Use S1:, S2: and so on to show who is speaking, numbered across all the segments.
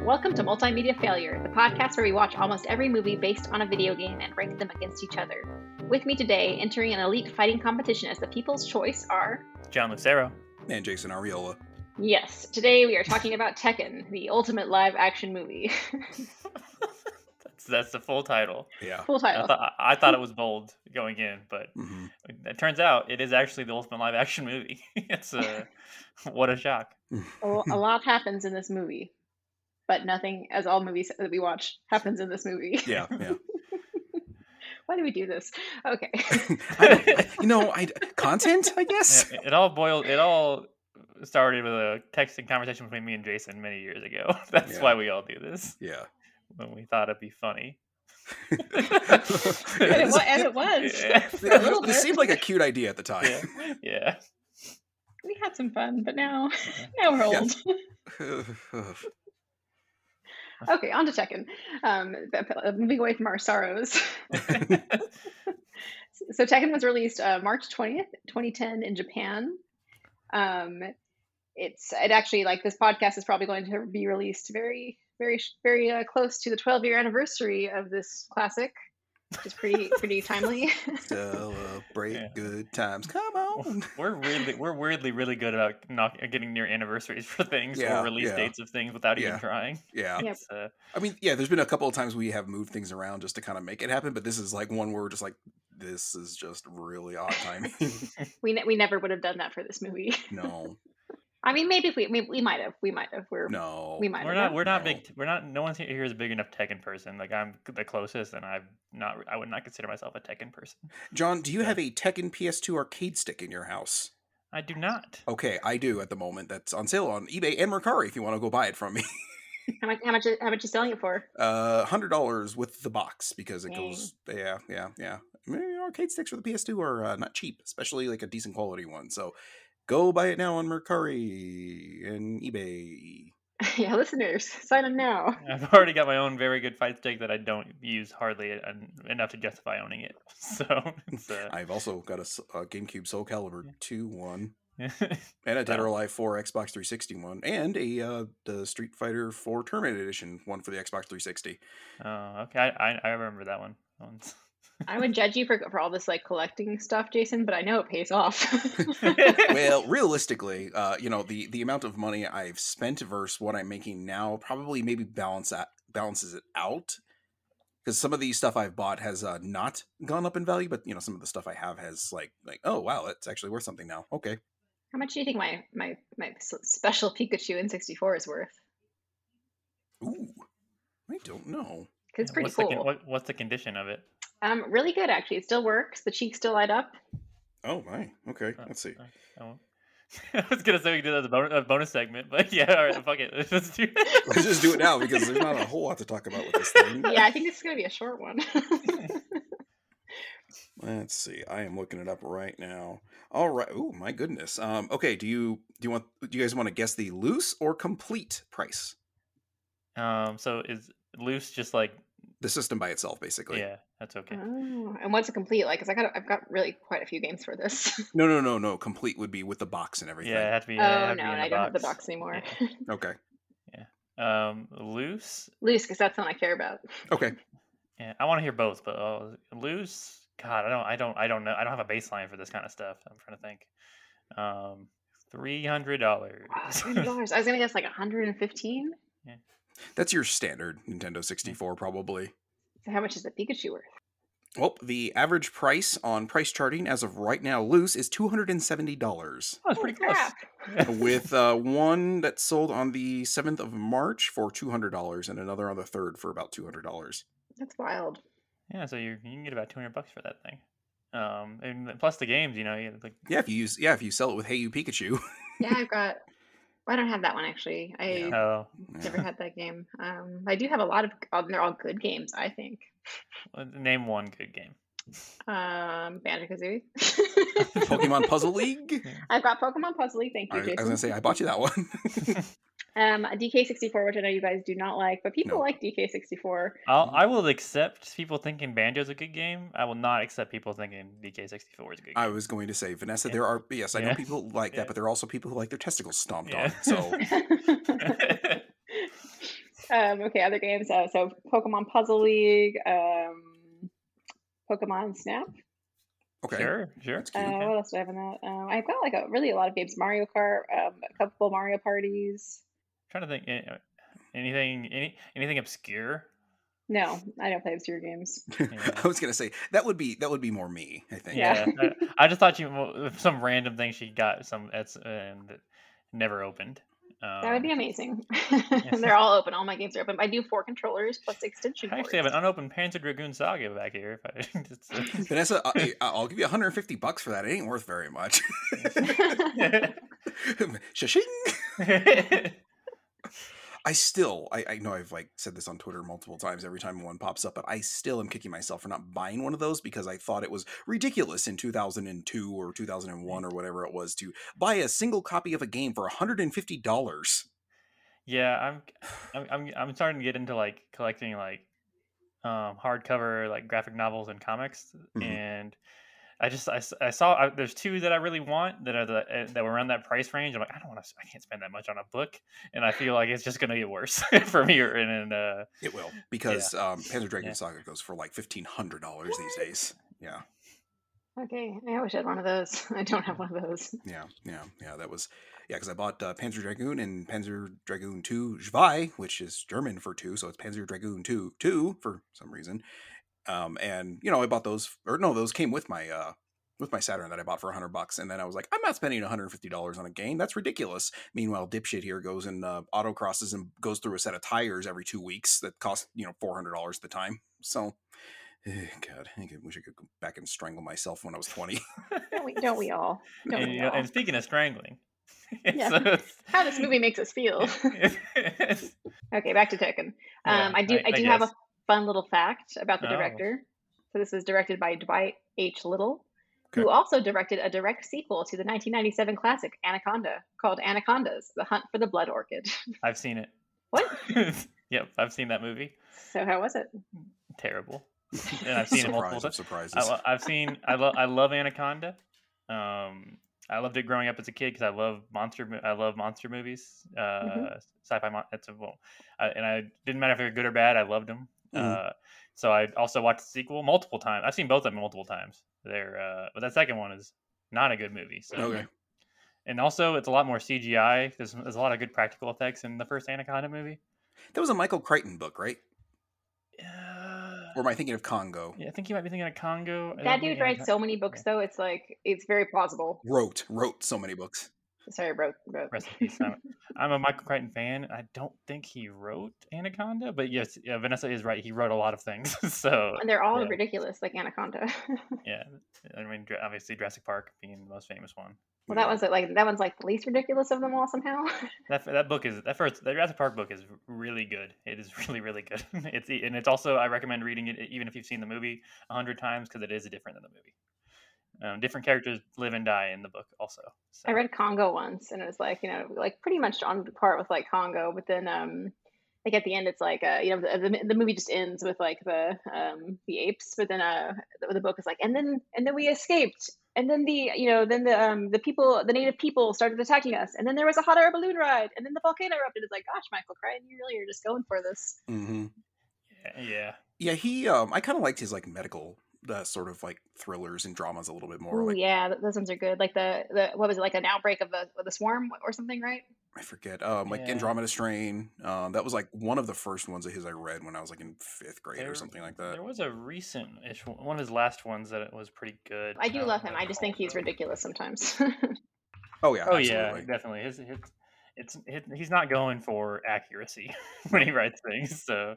S1: Welcome to Multimedia Failure, the podcast where we watch almost every movie based on a video game and rank them against each other. With me today, entering an elite fighting competition as the people's choice are.
S2: John Lucero.
S3: And Jason Ariola.
S1: Yes, today we are talking about Tekken, the ultimate live action movie.
S2: that's, that's the full title.
S3: Yeah.
S1: Full
S2: I
S1: title.
S2: thought, I thought it was bold going in, but
S3: hmm
S2: it turns out it is actually the ultimate live action movie. it's a what a shock.
S1: a a lot happens in this movie, but nothing, as all movies that we watch, happens in this movie.
S3: Yeah, yeah.
S1: Why do we do this? Okay.
S3: I don't- you know, I content, I guess.
S2: It, it all boiled. It all started with a texting conversation between me and Jason many years ago. That's
S3: Yeah.
S2: why we all do this
S3: Yeah.
S2: when we thought it'd be funny.
S1: and, it,
S3: It's-
S1: wa- and it was.
S2: yeah.
S1: a little
S3: This
S1: bit.
S3: seemed like a cute idea at the time.
S2: yeah, yeah.
S1: We had some fun, but now, now we're
S3: Yeah.
S1: old. Okay, on to Tekken. Um, but- but, uh, moving away from our sorrows. so Tekken was released uh, March twentieth, twenty ten, in Japan. Um, it's it actually like this podcast is probably going to be released very, very, sh- very uh, close to the twelve year anniversary of this classic, which is pretty, pretty timely.
S3: Celebrate
S2: Yeah.
S3: good times. Come on.
S2: We're weirdly we're weirdly really good about not getting near anniversaries for things
S3: Yeah,
S2: or release
S3: yeah.
S2: dates of things without even
S3: Yeah.
S2: trying.
S3: Yeah.
S1: Yep.
S2: It's, uh,
S3: I mean, yeah, there's been a couple of times we have moved things around just to kind of make it happen, but this is like one where we're just like, this is just really odd timing.
S1: we ne- we never would have done that for this movie.
S3: no,
S1: I mean, maybe if we maybe we might have, we might have. We're
S3: no.
S1: we might
S2: we're
S1: have.
S2: not we're not
S3: No.
S2: big we're not no one's here is a big enough Tekken person. Like I'm the closest, and I'm not I would not consider myself a Tekken person.
S3: John, do you have a Tekken PS2 arcade stick in your house?
S2: I do not.
S3: Okay, I do at the moment. That's on sale on eBay and Mercari if you want to go buy it from me.
S1: How much? How much? How much you selling it for?
S3: Uh, hundred dollars with the box because it
S1: Dang.
S3: goes. Yeah, yeah, yeah. I mean, arcade sticks for the PS2 are uh, not cheap, especially like a decent quality one. So go buy it now on Mercari and eBay.
S1: yeah, listeners, sign up now.
S2: I've already got my own very good fight stick that I don't use hardly en- enough to justify owning it. So it's, uh,
S3: I've also got a, s- a GameCube Soul Calibur two one
S2: yeah,
S3: and a Dead
S2: Wow.
S3: or Alive four Xbox 360 one and a uh, the Street Fighter four Tournament Edition one for the Xbox 360.
S2: oh, okay. I, I I remember that one. That one's-
S1: I would judge you for for all this like collecting stuff, Jason, but I know it pays off.
S3: well, realistically, uh, you know the the amount of money I've spent versus what I'm making now probably maybe balance that balances it out because some of the stuff I've bought has uh, not gone up in value, but you know some of the stuff I have has like like oh wow, it's actually worth something now. Okay,
S1: How much do you think my my my s- special Pikachu N64 is worth?
S3: ooh, I don't know.
S1: 'Cause it's pretty
S2: what's
S1: cool.
S2: The, con- what, what's the condition of it?
S1: um, really good actually. It still works. The cheeks still light up.
S3: Oh my, okay,
S2: Uh,
S3: let's see.
S2: uh, oh. I was gonna say we could do that as a bonus, a bonus segment, but yeah, all right, fuck it. Let's do
S3: Let's just do it now because there's not a whole lot to talk about with this thing.
S1: Yeah, I think this is gonna be a short one.
S3: Let's see. I am looking it up right now. All right. Oh my goodness. Um. Okay. Do you do you want do you guys want to guess the loose or complete price?
S2: Um, so is loose just like
S3: The system by itself, basically.
S2: yeah, that's okay.
S3: Mm-hmm.
S1: oh, and what's a complete like? Because I got I've got really quite a few games for this.
S3: No, no, no, no. Complete would be with the box and everything.
S2: Yeah, it had to be. it
S1: oh
S2: had to
S1: no,
S2: be in
S1: I
S2: the
S1: don't have the box anymore.
S3: Okay.
S2: Um, loose.
S1: Loose, because that's the one I care about.
S3: Okay.
S2: Yeah, I want to hear both, but uh, loose. God, I don't, I don't, I don't know. I don't have a baseline for this kind of stuff. I'm trying to think. Um, three hundred dollars.
S1: Wow, $200. I was gonna guess like 115.
S3: That's your standard
S2: Mm.
S3: Nintendo 64, probably.
S1: So how much is the Pikachu worth?
S3: Well, the average price on price charting as of right now, loose is two hundred and seventy dollars.
S2: That's pretty close.
S3: with uh, one that sold on the 7th of March for $200 and another on the 3rd for about $200.
S1: That's wild.
S2: Yeah, so you you can get about two hundred bucks for that thing. Um, and th- plus the games, you know, you like
S3: Yeah, if you use yeah, if you sell it with Hey You Pikachu.
S1: Yeah, I've got. I don't have that one actually. I
S3: Yeah.
S2: oh,
S1: never had that game. Um, I do have a lot of. oh, They're all good games, I think.
S2: uh, name one good game.
S1: Um, Banjo Kazooie.
S3: Pokemon Puzzle League.
S1: I've got Pokemon Puzzle League. Thank
S3: I, I
S1: you,
S3: was
S1: Jason.
S3: gonna say I bought you that one.
S1: Um, DK64, which I know you guys do not like, but people
S3: No.
S1: like DK64.
S2: I'll,
S3: Mm-hmm.
S2: I will accept people thinking Banjo's a good game. I will not accept people thinking DK64 is a good game.
S3: I was going to say Vanessa.
S2: Yeah.
S3: There are yes, I know
S2: Yeah.
S3: people like
S2: Yeah.
S3: that, but there are also people who like their testicles stomped
S2: Yeah.
S3: on. So
S1: Um, okay, other games. Uh, so Pokemon Puzzle League, um, Pokemon Snap.
S3: Okay.
S2: Sure, sure.
S3: That's
S1: Uh,
S3: cute.
S2: Okay.
S1: What else do I have in that? Um, I've got like a really a lot of games. Mario Kart, um, a couple Mario parties.
S2: trying to think eh, anything any anything obscure?
S1: No, I don't play obscure games.
S2: Yeah.
S3: I was gonna say that would be that would be more me. I think.
S1: Yeah.
S2: I, I just thought you mo- some random thing she got some that's um, that never opened. Um,
S1: That would be amazing. They're all open. All my games are open. I do four controllers plus extension
S2: I
S1: cords.
S2: actually have an unopened Panzer Dragoon Saga back here. If I, just, uh,
S3: Vanessa, I, I- I'll give you 150 bucks for that. It ain't worth very much. Shashing. I still, I, I know I've like said this on Twitter multiple times every time one pops up, but I still am kicking myself for not buying one of those because I thought it was ridiculous in 2002 or 2001 or whatever it was to buy a single copy of a game for $150.
S2: yeah, I'm, I'm I'm I'm starting to get into like collecting like um hardcover like graphic novels and comics
S3: Mhm.
S2: and I just I, s- I saw I, there's two that I really want that are the uh, that were around that price range. I'm like I don't want to I can't spend that much on a book, and I feel like it's just gonna get worse from here. And, and uh,
S3: It will because um, Panzer Dragon
S2: Yeah.
S3: Saga goes for like $1,500
S1: What?
S3: these days. Yeah.
S1: okay, I wish I had one of those. I don't have one of those.
S3: Yeah, yeah, yeah. That was yeah, because I bought uh, Panzer Dragoon and Panzer Dragoon Two Zwei, which is German for two, so it's Panzer Dragoon Two Two for some reason. Um, and you know, I bought those, or no, those came with my uh with my Saturn that I bought for hundred bucks, and then I was like, I'm not spending 150 dollars on a game. That's ridiculous. Meanwhile, dipshit here goes and uh, autocrosses and goes through a set of tires every two weeks that cost you know 400 dollars at the time. So. eh, God, I could- wish I could go back and strangle myself when I was 20.
S1: Don't we, don't we all? Don't
S2: and,
S1: we
S2: you know,
S1: all?
S2: and speaking of strangling,
S1: Yeah. How this movie makes us feel. Okay, back to Token.
S2: Yeah,
S1: Um, I do.
S2: I-
S1: I,
S2: I
S1: do have a
S2: guess.
S1: fun little fact about the
S2: Oh.
S1: director. So this was directed by Dwight H. Little, who
S3: Okay.
S1: also directed a direct sequel to the 1997 classic Anaconda, called Anacondas: The Hunt for the Blood Orchid.
S2: I've seen it.
S1: What?
S2: yep, I've seen that movie.
S1: So how was it?
S2: Terrible. And I've seen it multiple
S3: Surprise
S2: times.
S3: of surprises.
S2: I, lo- I've seen. I love. I love Anaconda. Um, I loved it growing up as a kid because I love monster. mo- I love monster movies. Uh, Sci-fi. Mon- that's a well, I, and I didn't matter if they were good or bad. I loved them.
S3: Mhm.
S2: Uh, so I also watched the sequel multiple times. I've seen both of them multiple times. They're uh, but that second one is not a good movie. So.
S3: Okay.
S2: And also, it's a lot more CGI. There's, there's a lot of good practical effects in the first Anaconda movie.
S3: That was a Michael Crichton book, right?
S2: Uh,
S3: Or am I thinking of Congo?
S2: yeah, I think you might be thinking of Congo. I don't
S1: that
S2: think
S1: dude
S2: Anaconda-
S1: writes so many books, though. It's like it's very plausible.
S3: Wrote, wrote so many books.
S1: Sorry, wrote wrote.
S2: Rest in peace, Simon. I'm a Michael Crichton fan. I don't think he wrote Anaconda, but yes, yeah, Vanessa is right. He wrote a lot of things. so
S1: and they're all
S2: Yeah.
S1: ridiculous, like Anaconda.
S2: yeah, I mean, dr- obviously Jurassic Park being the most famous one.
S1: well, that one's like that one's like the least ridiculous of them all somehow.
S2: That that book is that first that Jurassic Park book is really good. It is really really good. it's e- and it's also I recommend reading it even if you've seen the movie a hundred times because it is different than the movie. Um, different characters live and die in the book also. So.
S1: I read Congo once, and it was like you know, like pretty much on par with like Congo. But then, um, like at the end, it's like uh, you know, the, the, the movie just ends with like the um the apes. But then, uh, the, the book is like, and then and then we escaped, and then the you know, then the um the people, the native people started attacking us, and then there was a hot air balloon ride, and then the volcano erupted. It's like, gosh, Michael Crichton, you really are just going for this.
S3: hmm
S2: yeah.
S3: Yeah, he. Um, I kind of liked his like medical, uh, sort of like thrillers and dramas a little bit more.
S1: Ooh,
S3: Like
S1: yeah, th- those ones are good. Like the the what was it like an outbreak of the of the swarm or something, right?
S3: I forget, um, like
S2: Yeah.
S3: Andromeda Strain. Um, that was like one of the first ones of his I read when I was like in fifth grade or something like that.
S2: There was a recent ish one of his last ones that it was pretty good.
S1: I do
S2: don't
S1: love him.
S2: remember
S1: I
S2: the
S1: just
S2: name,
S1: think he's
S2: though.
S1: ridiculous sometimes.
S3: Oh yeah.
S2: Oh yeah,
S3: absolutely.
S2: definitely. His, his, it's his, he's not going for accuracy when he writes things. So,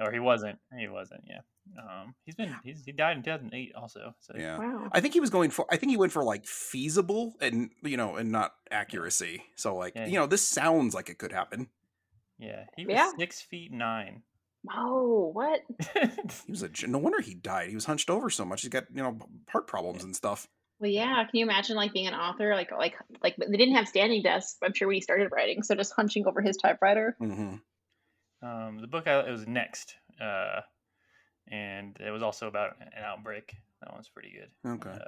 S2: or he wasn't. He wasn't. Yeah. Um, he's been. He's, he died in 2008 also. So
S3: Yeah.
S1: wow.
S3: I think he was going for. I think he went for like feasible and you know and not accuracy. So like
S2: Yeah.
S3: you know this sounds like it could happen.
S2: yeah. He was
S1: Yeah.
S2: six feet nine.
S1: Oh, what?
S3: He was a gi- no wonder he died. He was hunched over so much. He's got you know heart problems and stuff.
S1: Well, yeah. Can you imagine like being an author, like like like but they didn't have standing desks. I'm sure when he started writing, so just hunching over his typewriter.
S3: hmm
S2: um, the book I, it was next. Uh, and it was also about an outbreak. That one's pretty good.
S3: Okay.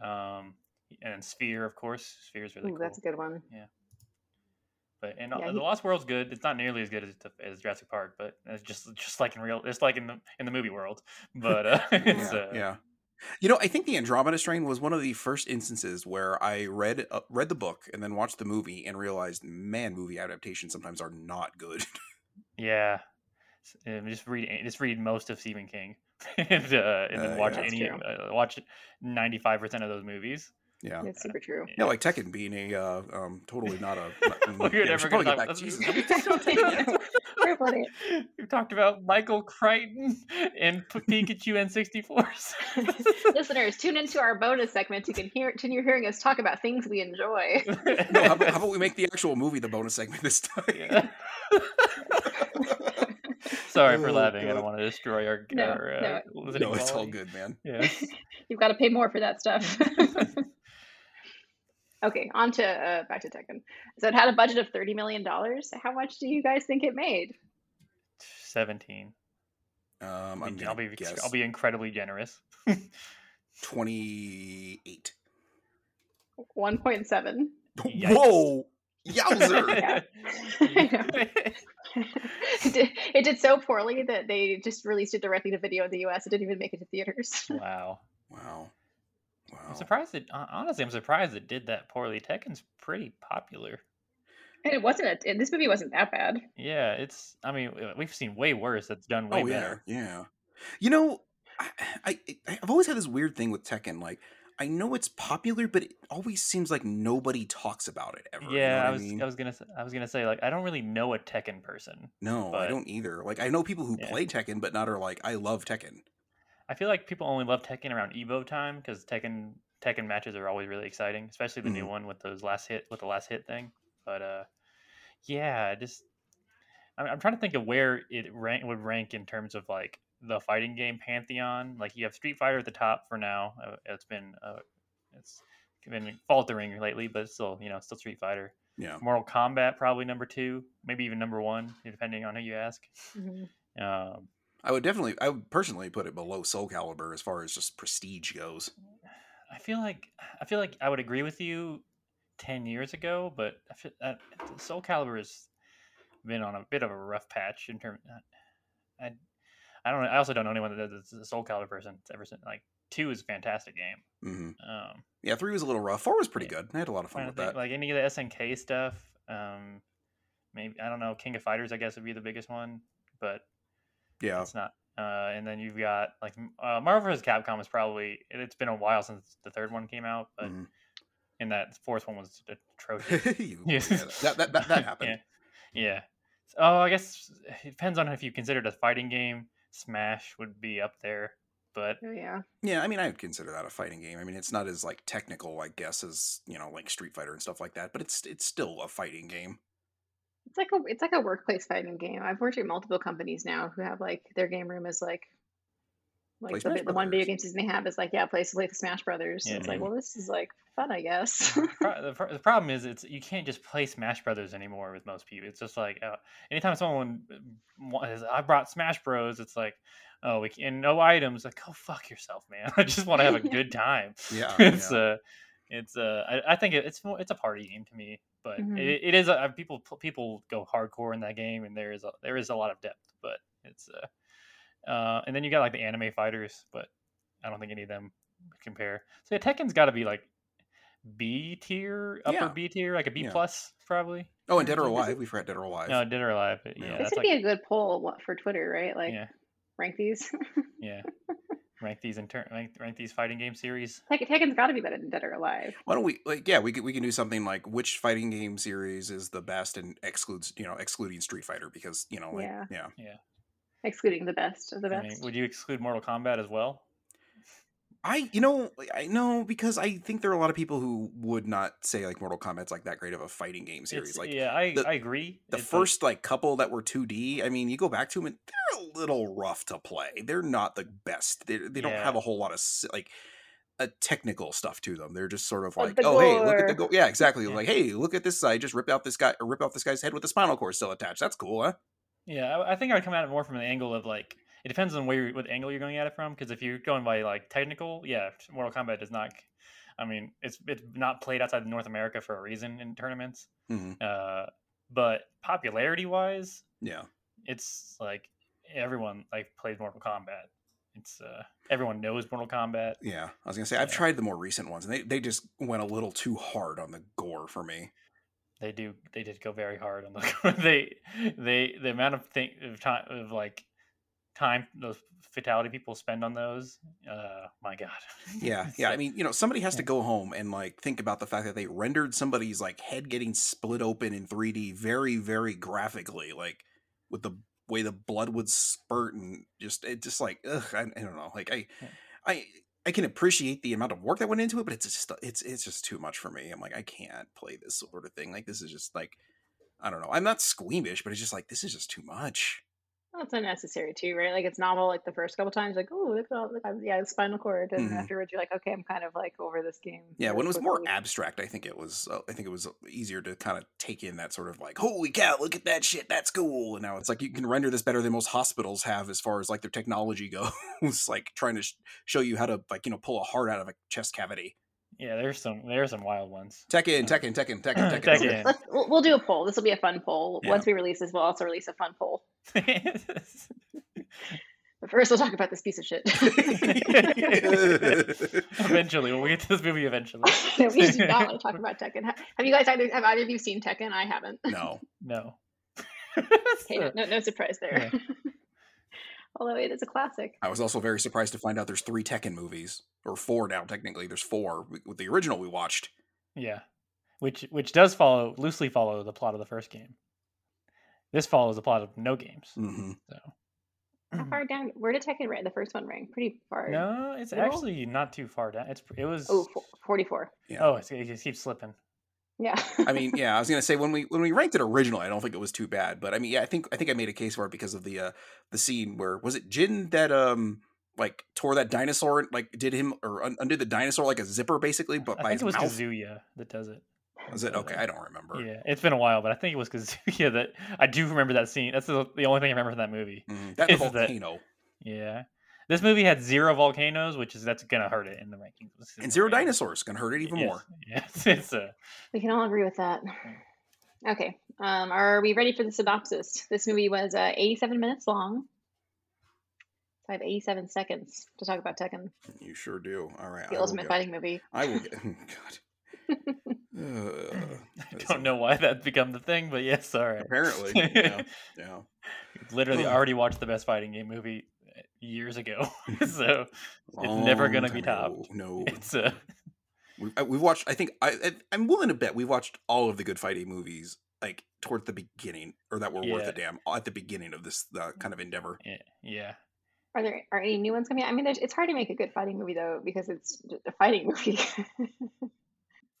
S2: Uh, um, and Sphere, of course. Sphere is really
S1: Ooh,
S2: cool.
S1: that's a good one.
S2: But and
S1: Yeah,
S2: uh
S1: he-
S2: the Lost World's good. It's not nearly as good as, as Jurassic Park, but it's just just like in real, it's like in the in the movie world. But uh, it's
S3: yeah,
S2: uh,
S3: yeah. You know, I think the Andromeda Strain was one of the first instances where I read uh, read the book and then watched the movie and realized, man, movie adaptations sometimes are not good.
S2: Yeah. S- um, just read a- just read most of Stephen King, and uh, and
S3: Uh,
S2: then watch
S3: yeah.
S1: That's
S2: any
S1: true.
S2: uh, watch ninety five percent of those movies.
S3: yeah.
S1: That's super true.
S3: Yeah, like Tekken being a uh, um, totally not a.
S2: Well,
S3: yeah,
S2: you're
S3: we
S2: never
S3: should
S2: gonna
S3: probably
S2: talk
S3: get back
S2: about
S3: to
S2: this.
S3: you.
S1: We're funny.
S2: We've talked about Michael Crichton and P- Pikachu N64s.
S1: Listeners, tune into our bonus segment. You can hear continue hearing us talk about things we enjoy.
S3: No, how about, how about we make the actual movie the bonus segment this time?
S2: Yeah. Sorry for
S3: Oh,
S2: laughing. I
S3: God.
S2: don't want to destroy our,
S1: No,
S2: our uh,
S1: no.
S2: listening
S3: No, it's all
S2: quality.
S3: good, man.
S2: Yes.
S1: You've got to pay more for that stuff. okay, on to uh, back to Tekken. So it had a budget of thirty million dollars. How much do you guys think it made?
S2: Seventeen. I
S3: Um, I'm
S2: mean, I'll
S3: gonna
S2: be
S3: guess
S2: I'll be incredibly generous.
S3: 28.
S1: One point seven.
S2: Yikes.
S3: Whoa! Yowzer!
S1: Yeah. it, did, it did so poorly that they just released it directly to video in the U.S. It didn't even make it to theaters.
S2: wow.
S3: wow. Wow.
S2: I'm surprised that hon- honestly, I'm surprised it did that poorly. Tekken's pretty popular.
S1: And it wasn't. A, and this movie wasn't that bad.
S2: Yeah, it's. I mean, uh, we've seen way worse. That's done way
S3: Oh yeah,
S2: better.
S3: yeah. You know, I, I I- I've always had this weird thing with Tekken. Like, I know it's popular, but it always seems like nobody talks about it ever. you know
S2: Yeah,
S3: what
S2: I was.
S3: mean?
S2: I was gonna. s- I was gonna say like I don't really know a Tekken person.
S3: No, I
S2: but-
S3: don't either. Like, I know people who
S2: Yeah.
S3: play Tekken, but not are like, I love Tekken.
S2: I feel like people only love Tekken around Evo time because Tekken Tekken matches are always really exciting, especially the
S3: Mm-hmm.
S2: new one with those last hit with the last hit thing. But uh, yeah, I just I'm, I'm trying to think of where it rank would rank in terms of like the fighting game pantheon. Like you have Street Fighter at the top for now. Uh, it's been uh, it's been faltering lately, but it's still you know still Street Fighter.
S3: Yeah.
S2: Mortal Kombat probably number two, maybe even number one, depending on who you ask.
S1: Mm-hmm.
S2: Um,
S3: I would definitely, I would personally put it below Soul Calibur as far as just prestige goes.
S2: I feel like I feel like I would agree with you ten years ago, but I feel, uh, Soul Calibur has been on a bit of a rough patch in terms. I, I don't. know- I also don't know anyone that is a Soul Calibur person ever since. Like two is a fantastic game.
S3: hmm
S2: Um,
S3: Yeah, three was a little rough. Four was pretty
S2: Yeah.
S3: good. I had a lot of fun
S2: trying to
S3: with
S2: think,
S3: that.
S2: like any of the SNK stuff. Um, maybe I don't know. King of Fighters, I guess, would be the biggest one, but
S3: yeah,
S2: it's not. Uh, and then you've got like m- uh, Marvel vs. Capcom is probably it- it's been a while since the third one came out, but
S3: Mhm.
S2: and that fourth one was atrocious.
S3: You- yeah,
S2: Yeah.
S3: that, that, that, that happened.
S2: Yeah. yeah. So- Oh, I guess it depends on if you consider it a fighting game. Smash would be up there, but
S1: Oh yeah.
S3: Yeah, I mean, I would consider that a fighting game. I mean, it's not as like technical, I guess, as you know, like Street Fighter and stuff like that. But it's it's still a fighting game.
S1: It's like a it's like a workplace fighting game. I've worked at multiple companies now who have like their game room is like
S3: Play
S1: like the,
S3: Smash
S1: bit- the one video
S3: Brothers.
S1: game system they have is like yeah, play play the Smash Brothers. It's like
S3: Mhm.
S1: well, this is like fun, I guess.
S2: pro- the, pro- the problem is it's you can't just play Smash Brothers anymore with most people. It's just like uh, anytime someone uh, wa- is, I brought Smash Bros, it's like oh we can, and no items. Like go fuck yourself, man. I just want to have a
S1: Yeah.
S2: good time.
S3: Yeah,
S2: it's
S3: yeah.
S2: uh it's uh I, I think it, it's more it's a party game to me, but
S3: Mm-hmm.
S1: Mhm.
S2: it, it is uh, people people go hardcore in that game, and there is a, there is a lot of depth, but it's uh uh, and then you got like the anime fighters, but I don't think any of them compare. So yeah, Tekken's got to be like B tier, upper
S3: Yeah.
S2: B tier, like a B
S3: Yeah.
S2: plus probably.
S3: Oh, and Dead or
S1: This is-
S3: Alive, we forgot Dead or Alive.
S2: No, Dead or Alive. but
S3: Yeah.
S2: yeah,
S1: this
S2: that's
S1: would
S2: like
S1: be a good poll what, for Twitter, right? Like
S2: yeah,
S1: rank these.
S2: yeah. rank these in turn, rank, rank these fighting game series.
S1: Tek- Tekken's got to be better than Dead or Alive.
S3: Why don't we like? Yeah, we could, we can do something like which fighting game series is the best and excludes you know excluding Street Fighter because you know like yeah.
S1: Yeah. excluding the best of the
S2: I
S1: best.
S2: mean, would you exclude Mortal Kombat as well?
S3: I you know like, I know because I think there are a lot of people who would not say like Mortal Kombat's like that great of a fighting game series.
S2: It's-
S3: like
S2: yeah, I
S3: the-
S2: I agree.
S3: the
S2: It's like-
S3: first like couple that were 2D, I mean, you go back to them and they're a little rough to play. They're not the best. They they don't
S2: Yeah.
S3: have a whole lot of s- like a technical stuff to them. They're just sort of
S1: But
S3: like,
S1: the
S3: oh hey, look at the
S1: gore."
S3: go. Yeah, exactly.
S2: Yeah.
S3: Like hey, look at this side. Just rip out this guy, or rip out this guy's head with the spinal cord still attached. That's cool, huh?
S2: Yeah, I, I think I would come at it more from the angle of like it depends on where you- what angle you're going at it from. Because if you're going by like technical, yeah, Mortal Kombat does not. I mean, it's it's not played outside of North America for a reason in tournaments.
S3: Mhm.
S2: Uh, But popularity wise,
S3: Yeah.
S2: it's like everyone like plays Mortal Kombat. It's uh, everyone knows Mortal Kombat.
S3: Yeah. I was gonna say I've
S2: Yeah.
S3: tried the more recent ones and they, they just went a little too hard on the gore for me.
S2: They do. They did go very hard on the they they the amount of thing of time of like time those fatality people spend on those. Uh, my god.
S3: Yeah,
S2: It's
S3: yeah. I
S2: like-
S3: mean, you know, somebody has
S2: yeah.
S3: to go home and like think about the fact that they rendered somebody's like head getting split open in 3D very, very graphically, like with the way the blood would spurt and just it just like ugh, I, I don't know. Like I,
S2: Yeah.
S3: I, I can appreciate the amount of work that went into it, but it's just it's it's just too much for me. I'm like I can't play this sort of thing. Like this is just like I don't know. I'm not squeamish, but it's just like this is just too much.
S1: Well, it's unnecessary too, right? Like it's novel. Like the first couple times, like oh, look, at all- look, I'm, yeah, the spinal cord, and
S3: Mhm.
S1: afterwards you're like, okay, I'm kind of like over this game.
S3: Yeah,
S1: very
S3: when it was more
S1: quickly.
S3: abstract, I think it was. Uh, I think it was easier to kind of take in that sort of like, "Holy cow, look at that shit! That's cool!" And now it's like you can render this better than most hospitals have as far as like their technology goes, like trying to sh- show you how to like you know pull a heart out of a chest cavity.
S2: Yeah, there's some there's some wild ones.
S3: Tekken, Tekken, Tekken, Tekken, Tekken.
S2: Tekken.
S1: Let's, we'll, we'll do a poll. This will be a fun poll.
S3: Yeah.
S1: Once we release this, we'll also release a fun poll. But first, we'll talk about this piece of shit.
S2: eventually, when we get to this movie, eventually.
S1: we do not want to talk about Tekken. Ha- Have you guys either? Have either of you seen Tekken? I haven't.
S3: No,
S2: No.
S1: Okay, no, no, no surprise there. Although it is a classic.
S3: I was also very surprised to find out there's three Tekken movies or four now. Technically, there's four We- with the original we watched.
S2: Yeah, which which does follow loosely follow the plot of the first game. This follows the plot of no games.
S3: hmm
S1: How far down? Where did Tekken rank? The first one rank pretty far.
S2: Mm. No, it's
S1: Middle?
S2: actually not too far down. It's it was
S1: Oh,
S2: oh,
S1: fo- 44.
S2: it's, it just keeps slipping.
S1: Yeah.
S3: I mean, yeah, I was gonna say when we when we ranked it originally, I don't think it was too bad, but I mean, yeah, I think I think I made a case for it because of the uh the scene where was it Jin that um like tore that dinosaur like did him or un- undid the dinosaur like a zipper basically, but
S2: I
S3: by
S2: think
S3: his
S2: it was
S3: mouth.
S2: Kazuya that does it.
S3: Was it okay? I don't remember.
S2: Yeah, it's been a while, but I think it was Kazuya that I do remember that scene. That's the, the only thing I remember from that movie.
S3: Mm, that and the
S2: Is that-
S3: volcano
S2: Yeah, this movie had zero volcanoes, which is that's gonna hurt it in the rankings. This is
S3: and
S2: no
S3: zero
S2: way.
S3: dinosaurs can hurt it even
S2: Yes,
S3: more.
S2: Yeah, it's, it's uh,
S1: we can all agree with that. Okay. Um, are we ready for the synopsis? This movie was uh, 87 minutes long. So I have 87 seconds to talk about Tekken,
S3: You sure do. All right,
S1: the
S3: I
S1: ultimate
S3: will go.
S1: fighting movie.
S3: I will. Get, God. Uh,
S2: I
S3: that's
S2: don't
S3: a-
S2: know why that's become the thing, but yes, all right.
S3: Apparently, yeah, yeah.
S2: Literally,
S3: Ugh.
S2: already watched the best fighting game movie years ago, so It's never
S3: Long
S2: gonna be
S3: time ago.
S2: topped.
S3: No,
S2: it's uh,
S3: We've, I- we've watched. I think I, I I'm willing to bet we watched all of the good fighting movies like towards the beginning, or that were worth
S2: Yeah.
S3: a damn at the beginning of this uh, kind of endeavor.
S2: yeah, yeah.
S1: Are there are any new ones coming out? I mean, there's, it's hard to make a good fighting movie, though, because it's j- a fighting movie.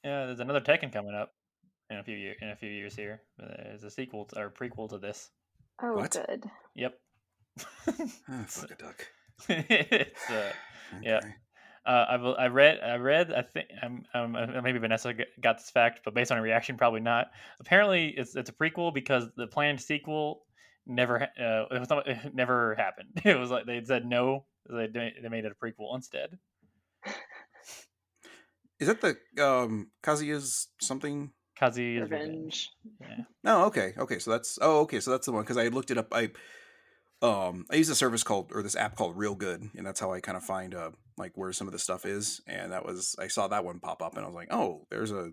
S2: Yeah, There's another Tekken coming up in a few year, in a few years here. but There's a sequel to, or prequel to this.
S1: oh,
S3: What?
S1: good.
S2: Yep.
S3: Ah,
S2: So-
S3: fuck a duck.
S2: it's uh, Yeah.
S3: Okay.
S2: Uh, I, bel- I read, I read, I think, um, um, uh, maybe Vanessa g- got this fact, but based on her reaction, probably not. Apparently, it's it's a prequel because the planned sequel never, ha- uh, it was not, it never happened. It was like they said no, they d- they made it a prequel instead.
S3: Is that the um Kazuya's something?
S2: Kazi is revenge.
S1: Revenge.
S3: No, okay, okay. So that's oh, okay. So that's the one because I looked it up. I um I use a service called or this app called Real Good, and that's how I kind of find uh like where some of the stuff is. And that was I saw that one pop up, and I was like, oh, there's a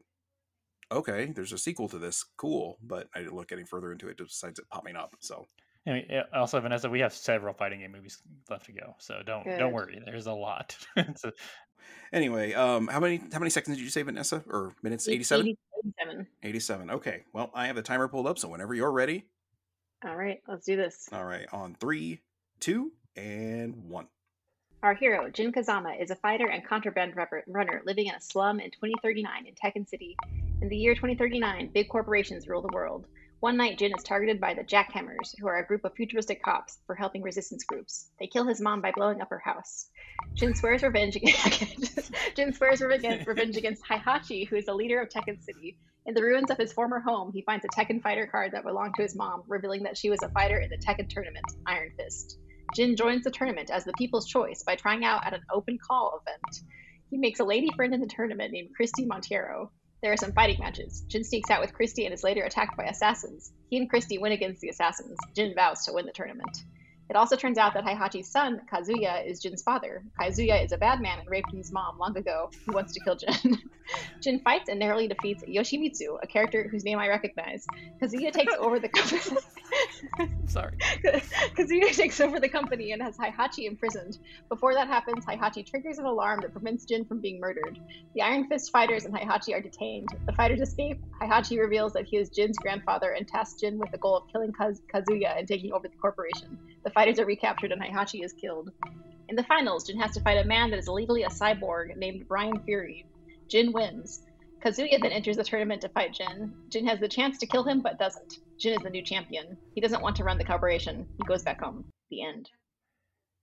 S3: okay, there's a sequel to this. Cool, but I didn't look any further into it besides it popping up. So
S2: Anyway, yeah, also Vanessa, we have several fighting game movies left to go, so don't
S1: Good.
S2: don't worry. There's a lot. It's a-
S3: anyway, um, how many how many seconds did you say, Vanessa, or minutes?
S1: Eight-
S3: 87?
S1: 80 87.
S3: 87. Okay. Well, I have the timer pulled up, so whenever you're ready.
S1: All right, let's do this.
S3: All right, on three, two, and one.
S1: Our hero, Jin Kazama, is a fighter and contraband rubber- runner living in a slum in 2039 in Tekken City. In the year 2039, big corporations rule the world. One night, Jin is targeted by the Jackhammers, who are a group of futuristic cops for helping resistance groups. They kill his mom by blowing up her house. Jin swears revenge against Jin swears revenge, revenge against Hihachi, who is the leader of Tekken City. In the ruins of his former home, he finds a Tekken fighter card that belonged to his mom, revealing that she was a fighter in the Tekken tournament, Iron Fist. Jin joins the tournament as the people's choice by trying out at an open call event. He makes a lady friend in the tournament named Christy Montero. There are some fighting matches. Jin sneaks out with Christie and is later attacked by assassins. He and Christie win against the assassins. Jin vows to win the tournament. It also turns out that Heihachi's son, Kazuya, is Jin's father. Kazuya is a bad man and raped Jin's mom long ago, who wants to kill Jin. Jin fights and narrowly defeats Yoshimitsu, a character whose name I recognize. Kazuya takes over the company.
S2: Sorry.
S1: Kazuya takes over the company and has Heihachi imprisoned. Before that happens, Heihachi triggers an alarm that prevents Jin from being murdered. The Iron Fist fighters and Heihachi are detained. The fighters escape. Heihachi reveals that he is Jin's grandfather and tasks Jin with the goal of killing Kaz- Kazuya and taking over the corporation. The fighters are recaptured and Heihachi is killed. In the finals, Jin has to fight a man that is illegally a cyborg named Brian Fury. Jin wins. Kazuya then enters the tournament to fight Jin. Jin has the chance to kill him but doesn't. Jin is the new champion. He doesn't want to run the corporation. He goes back home. The end.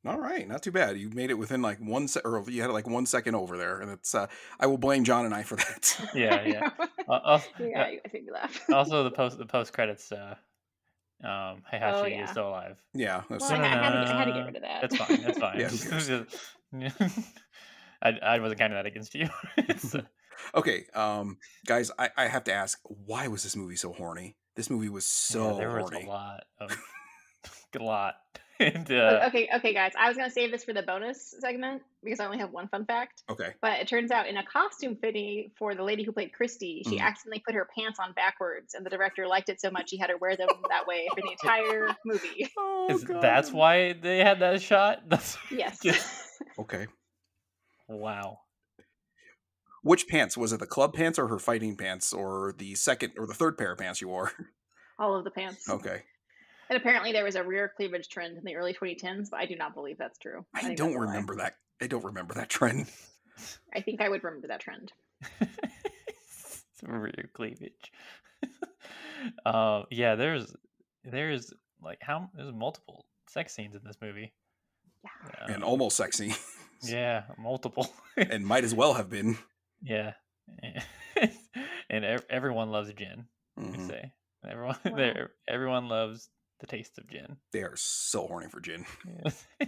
S3: All right, not too bad. You made it within like one se- or you had like one second over there, and it's. Uh, I will blame John and I for that.
S2: Yeah, yeah. Oh, Uh, uh,
S1: yeah, I think we laugh.
S2: also, the post the post credits. Uh, um, Heihachi
S1: Oh,
S2: is
S1: yeah.
S2: still alive.
S3: yeah, that's
S1: well, I, I had to, I had to
S2: Ta-da.
S1: get rid of that.
S2: That's fine. That's fine.
S3: Yes,
S2: I, I wasn't counting that against you. It's, uh,
S3: okay. Um, guys, I, I have to ask, why was this movie so horny? This movie was so
S2: yeah, there was
S3: horny.
S2: a lot of a lot. And,
S1: Oh,
S2: uh,
S1: okay, okay, guys. I was gonna save this for the bonus segment because I only have one fun fact.
S3: Okay.
S1: But it turns out in a costume fitting for the lady who played Christie, she
S2: Mm-hmm.
S3: Mhm.
S1: accidentally put her pants on backwards, and the director liked it so much he had her wear them that way for the entire movie.
S3: Oh,
S2: is- that's why they had that shot. That's
S1: Yes.
S3: Okay.
S2: wow.
S3: Which pants was it? The club pants or her fighting pants or the second or the third pair of pants you wore?
S1: All of the pants.
S2: Oh.
S3: Okay.
S1: And apparently there was a rear cleavage trend in the early 2010s, but I do not believe that's true.
S3: I
S1: think
S3: don't
S1: that's a lie.
S3: remember that. I don't remember that trend.
S1: I think I would remember that trend.
S2: Some rear cleavage. uh, yeah, there's there's like how there's multiple sex scenes in this movie.
S1: Yeah.
S2: Uh,
S3: And almost sexy.
S2: yeah, multiple.
S3: and might as well have been.
S2: yeah, Eh, and ev- everyone loves gin. I
S3: Mhm.
S2: say everyone
S1: Wow.
S2: there everyone loves the taste of gin.
S3: They are so horny for gin.
S2: uh,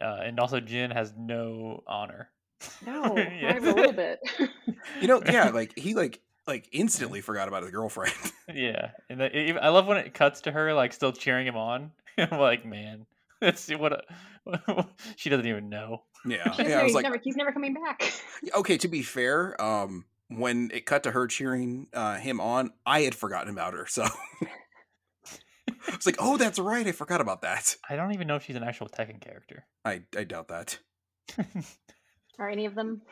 S2: and also, gin has no honor.
S1: No,
S2: Yeah.
S1: not even a little bit.
S3: You know, yeah, like he like like instantly forgot about his girlfriend.
S2: Yeah, and the, e, even, I love when it cuts to her like still cheering him on. I'm like, man, that's what, a, she doesn't even know.
S3: yeah.
S1: He's,
S3: Yeah, I was
S1: he's
S3: like
S1: never, he's never coming back.
S3: okay, to be fair, um when it cut to her cheering uh him on, I had forgotten about her. So It's like, "Oh, that's right. I forgot about that."
S2: I don't even know if she's an actual Tekken character.
S3: I I doubt that.
S1: Are any of them?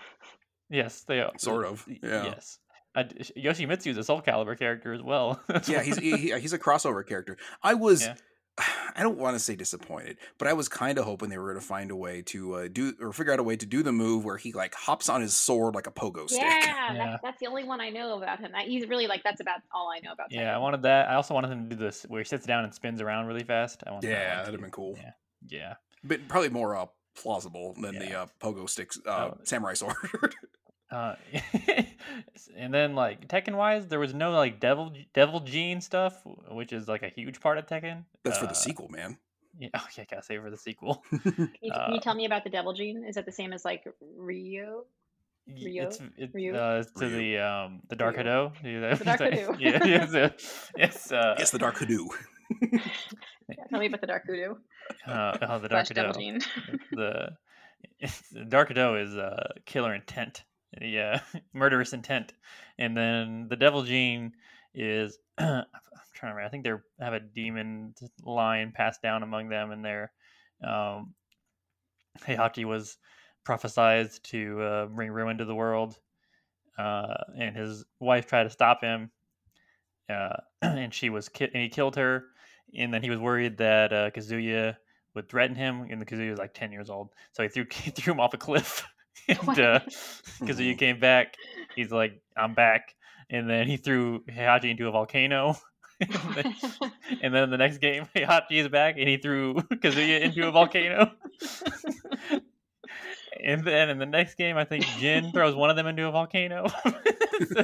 S2: yes, they are.
S3: Sort of,
S2: Y-
S3: yeah.
S2: Yes. I d- sh- Yoshimitsu is a Soul Caliber character as well. That's
S3: Yeah,
S2: what-
S3: he's he, he- he's a crossover character. I was
S2: Yeah.
S3: I don't want to say disappointed, but I was kind of hoping they were going to find a way to uh, do or figure out a way to do the move where he like hops on his sword like a
S1: Yeah,
S3: pogo stick.
S2: Yeah.
S1: That's, that's the only one I know about him. That, he's really like, that's about all I know about
S2: yeah. I
S1: Tiger.
S2: wanted that. I also wanted him to do this where he sits down and spins around really fast. I want. that one
S3: Yeah, that'd have
S2: too.
S3: been cool.
S2: Yeah. Yeah.
S3: But probably more uh, plausible than the
S2: Yeah.
S3: uh, pogo stick uh,
S2: Oh.
S3: samurai sword.
S2: Uh, and then like Tekken wise, there was no like devil devil gene stuff, which is like a huge part of Tekken.
S3: That's for
S2: Uh,
S3: the sequel, man.
S2: Yeah, oh, yeah, gotta save for the sequel.
S1: Can you, can you
S2: uh,
S1: tell me about the devil gene? Is that the same as like Rio?
S2: Y-
S1: Ryo?
S2: It's it,
S1: Ryu?
S2: Uh, it's to
S3: Ryu.
S2: the um the Dark
S1: Ryu.
S2: Hado. Yeah, that-
S1: The Dark
S2: that-
S1: Hado.
S2: yeah, yes, uh, yes, uh,
S3: yes, the Dark Hadoo.
S1: Yeah, tell me about the Dark Voodoo
S2: uh, oh, the Dark
S1: slash devil
S2: Hado.
S1: gene.
S2: The it's, the Dark Hado is uh, killer intent, the uh, murderous intent, and then the Devil Gene is I'm trying to remember. I think they have a demon line passed down among them, and their um, Heihachi was prophesized to uh, bring ruin to the world. uh, and his wife tried to stop him, uh, and she was ki- and he killed her. And then he was worried that uh, Kazuya would threaten him, and the Kazuya was like ten years old, so he threw he threw him off a cliff. and
S1: What?
S2: uh, Kazuya
S3: Mhm.
S2: came back. He's like, "I'm back," and then he threw Heihachi into a volcano. and, then, and then the next game, Heihachi is back, and he threw Kazuya into a volcano. and then in the next game, I think Jin throws one of them into a volcano.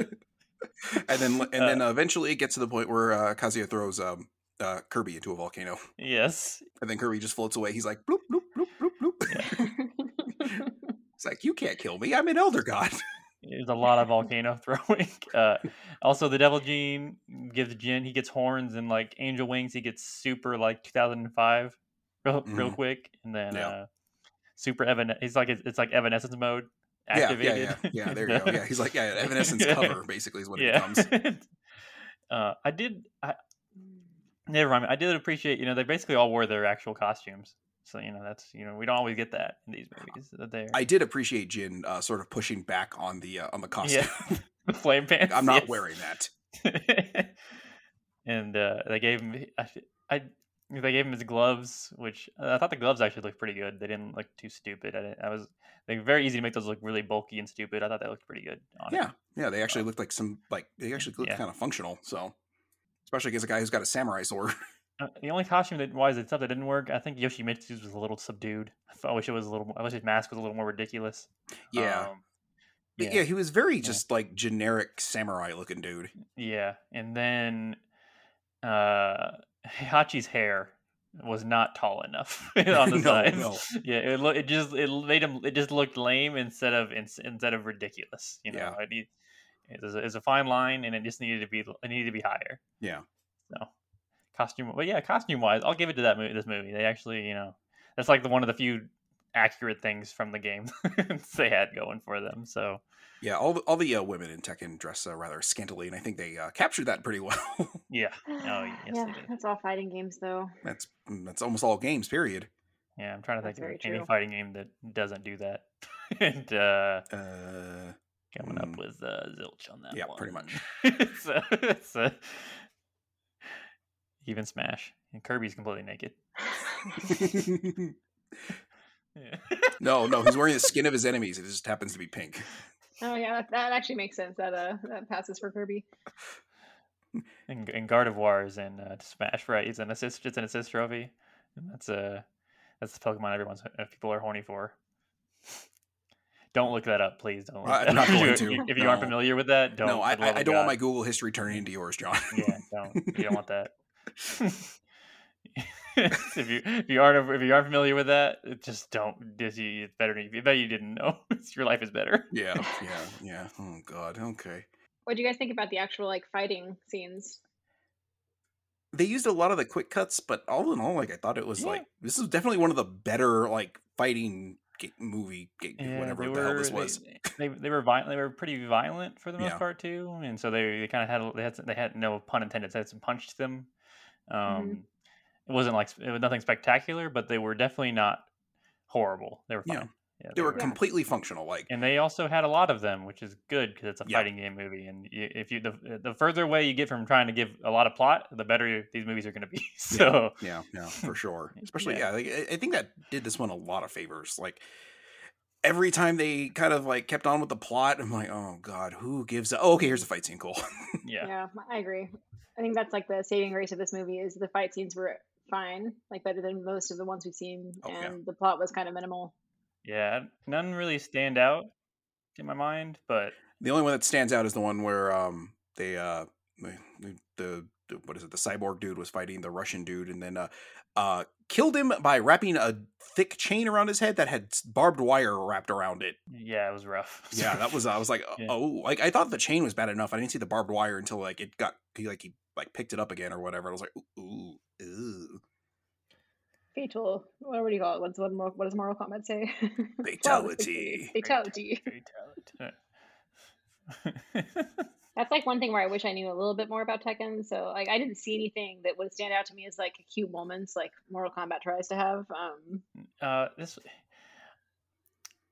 S3: And then and then uh, eventually it gets to the point where uh, Kazuya throws um, uh, Kirby into a volcano,
S2: yes,
S3: and then Kirby just floats away. He's like bloop bloop bloop bloop bloop. It's like you can't kill me. I'm an elder god.
S2: There's a lot of volcano throwing. Uh, also, the Devil Gene gives Jin. He gets horns and like angel wings. He gets super like 2005, real, real
S3: Mhm.
S2: quick, and then
S3: Yeah.
S2: uh, super evan. He's like it's like evanescence mode
S3: Yeah,
S2: activated.
S3: yeah, yeah, yeah. There you go. Yeah, he's like, yeah, Evanescence cover basically is what it becomes.
S2: uh, I did. I, never mind. I did appreciate. You know, they basically all wore their actual costumes. So you know, that's you know, we don't always get that in these movies. That they're
S3: I did appreciate Jin uh, sort of pushing back on the uh, on the costume.
S2: the flame pants.
S3: I'm not
S2: yes.
S3: wearing that.
S2: and uh, they gave him. I, I they gave him his gloves, which uh, I thought the gloves actually looked pretty good. They didn't look too stupid. I, didn't, I was they were very easy to make those look really bulky and stupid. I thought they looked pretty good. On it.
S3: Yeah, yeah. They actually looked like some like they actually looked
S2: Yeah.
S3: kind of functional. So especially against a guy who's got a samurai sword.
S2: Uh, the only costume that wise itself that didn't work, I think Yoshimitsu's was a little subdued. I, thought- I wish it was a little. more- I wish his mask was a little more ridiculous.
S3: yeah.
S2: Um,
S3: But yeah. he was very
S2: yeah.
S3: just like generic samurai looking dude.
S2: Yeah, and then uh Heihachi's hair was not tall enough on the
S3: No,
S2: sides.
S3: no.
S2: Yeah, it lo- it just it made him it just looked lame instead of ins- instead of ridiculous. You know,
S3: Yeah.
S2: it, need- it was a, it was a fine line, and it just needed to be it needed to be higher.
S3: Yeah.
S2: So costume, but yeah, costume wise, I'll give it to that movie. This movie, they actually, you know, that's like the one of the few accurate things from the game they had going for them. So
S3: Yeah, all the, all the uh, women in Tekken dress uh, rather scantily, and I think they uh, captured that pretty well.
S2: yeah, Oh, yes, they
S1: yeah,
S2: did.
S1: that's all fighting games, though.
S3: that's mm, that's almost all games. Period.
S2: Yeah, I'm trying to
S1: That's
S2: think of
S1: very
S2: any
S1: true.
S2: fighting game that doesn't do that. and uh,
S3: Uh,
S2: coming
S3: Mm.
S2: up with uh, zilch on that.
S3: Yeah,
S2: one.
S3: pretty much.
S2: so, so- even Smash and Kirby's completely naked. Yeah.
S3: no, no, he's wearing the skin of his enemies. It just happens to be pink.
S1: Oh yeah, that, that actually makes sense. That uh, that passes for Kirby.
S2: and, and Gardevoir is in uh, Smash, right? It's an assist. It's an assist trophy, and that's uh, that's the Pokemon everyone's uh, people are horny for. Don't look that up, please. Don't. Look
S3: I'm
S2: that up.
S3: not
S2: If
S3: going
S2: you-
S3: to,
S2: If you aren't
S3: no.
S2: familiar with that, don't.
S3: no, I,
S2: for the love
S3: I, I
S2: of
S3: don't want
S2: God.
S3: my Google history turning into yours, John.
S2: Yeah, don't. You don't want that. if you if you aren't if you aren't familiar with that, it just don't. Just you, it's better. You bet you didn't know. Your life is better.
S3: yeah, yeah, yeah. Oh God. Okay.
S1: What do you guys think about the actual like fighting scenes?
S3: They used a lot of the quick cuts, but all in all, like I thought it was
S2: Yeah.
S3: like this is definitely one of the better like fighting ga- movie, ga- whatever the hell this
S2: they-
S3: was.
S2: They, they were violent. They were pretty violent for the most
S3: Yeah.
S2: part too, and so they, they kind of had a- they had some- they had no pun intended. They had some punch to them. Um,
S3: Mm-hmm.
S2: It wasn't like it was nothing spectacular, but they were definitely not horrible. They were
S3: Yeah.
S2: fine. Yeah,
S3: They were completely functional. Like
S2: and they also had a lot of them, which is good because it's a
S3: Yeah.
S2: fighting game movie. And you, if you the, the further away you get from trying to give a lot of plot, the better these movies are going to be. so
S3: Yeah, yeah, for sure.
S2: Y-
S3: Especially, yeah,
S2: yeah.
S3: like, I- I think that did this one a lot of favors. Like every time they kind of like kept on with the plot, I'm like, oh god, who gives? A- oh, okay, here's the fight scene. Cool.
S2: yeah,
S1: yeah, I agree. I think that's like the saving grace of this movie is the fight scenes were fine, like better than most of the ones we've seen,
S3: Oh, yeah.
S1: and the plot was kind of minimal.
S2: yeah, none really stand out in my mind, but
S3: the only one that stands out is the one where um they uh the- the, the what is it the cyborg dude was fighting the Russian dude and then uh uh killed him by wrapping a thick chain around his head that had s- barbed wire wrapped around it.
S2: yeah, it was rough.
S3: Yeah, that was I was like,
S2: Yeah.
S3: oh, like I thought the chain was bad enough. I didn't see the barbed wire until like it got he like he like picked it up again or whatever. I was like, ooh, ooh, ooh.
S1: Fatal. What, what do you call it? What's what, mor- what does Mortal Kombat say?
S3: Fatality.
S1: Fatality.
S2: Very talented.
S1: That's like one thing where I wish I knew a little bit more about Tekken. So like I didn't see anything that would stand out to me as like cute moments like Mortal Kombat tries to have. Um,
S2: uh this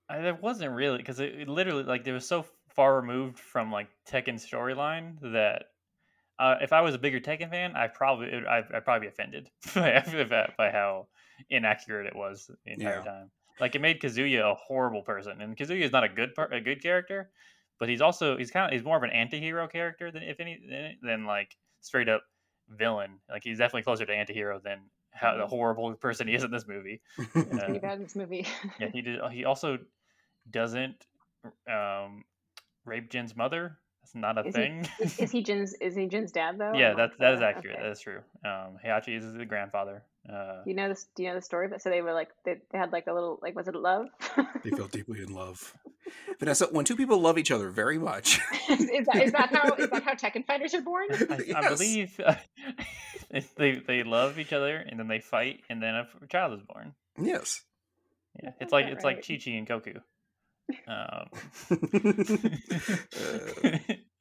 S2: I, there wasn't really because it, it literally like it was so far removed from like Tekken's storyline that uh, if I was a bigger Tekken fan, I probably it, I I'd probably be offended by, by- by how inaccurate it was the entire
S3: Yeah.
S2: time. Like it made Kazuya a horrible person, and Kazuya is not a good per- a good character, but he's also he's kind of he's more of an anti-hero character than if any than, than like straight up villain. Like he's definitely closer to anti-hero than how the
S1: Mhm.
S2: horrible person he is in this movie.
S1: it's pretty
S2: Uh,
S1: bad in this movie.
S2: yeah, he did. He also doesn't um, rape Jin's mother. That's not a
S1: Is he-
S2: thing.
S1: is, is he Jin's? Is he Jin's dad though?
S2: yeah,
S1: I'm not
S2: that's that is
S1: sure.
S2: accurate.
S1: Okay.
S2: That is true. Um, Heihachi is the grandfather. Uh,
S1: Do you know this? Do you know the story? But so they were like they, they had like a little like was it love?
S3: they fell deeply in love. Vanessa, when two people love each other very much,
S1: is, that, is that how is that how Tekken fighters are born?
S2: I, I
S3: Yes.
S2: believe uh, it's- they they love each other and then they fight and then a f- child is born.
S3: yes.
S2: Yeah,
S1: That sounds
S2: it's like
S1: about
S2: it's like Chi
S1: right.
S2: Chi and Goku. Um,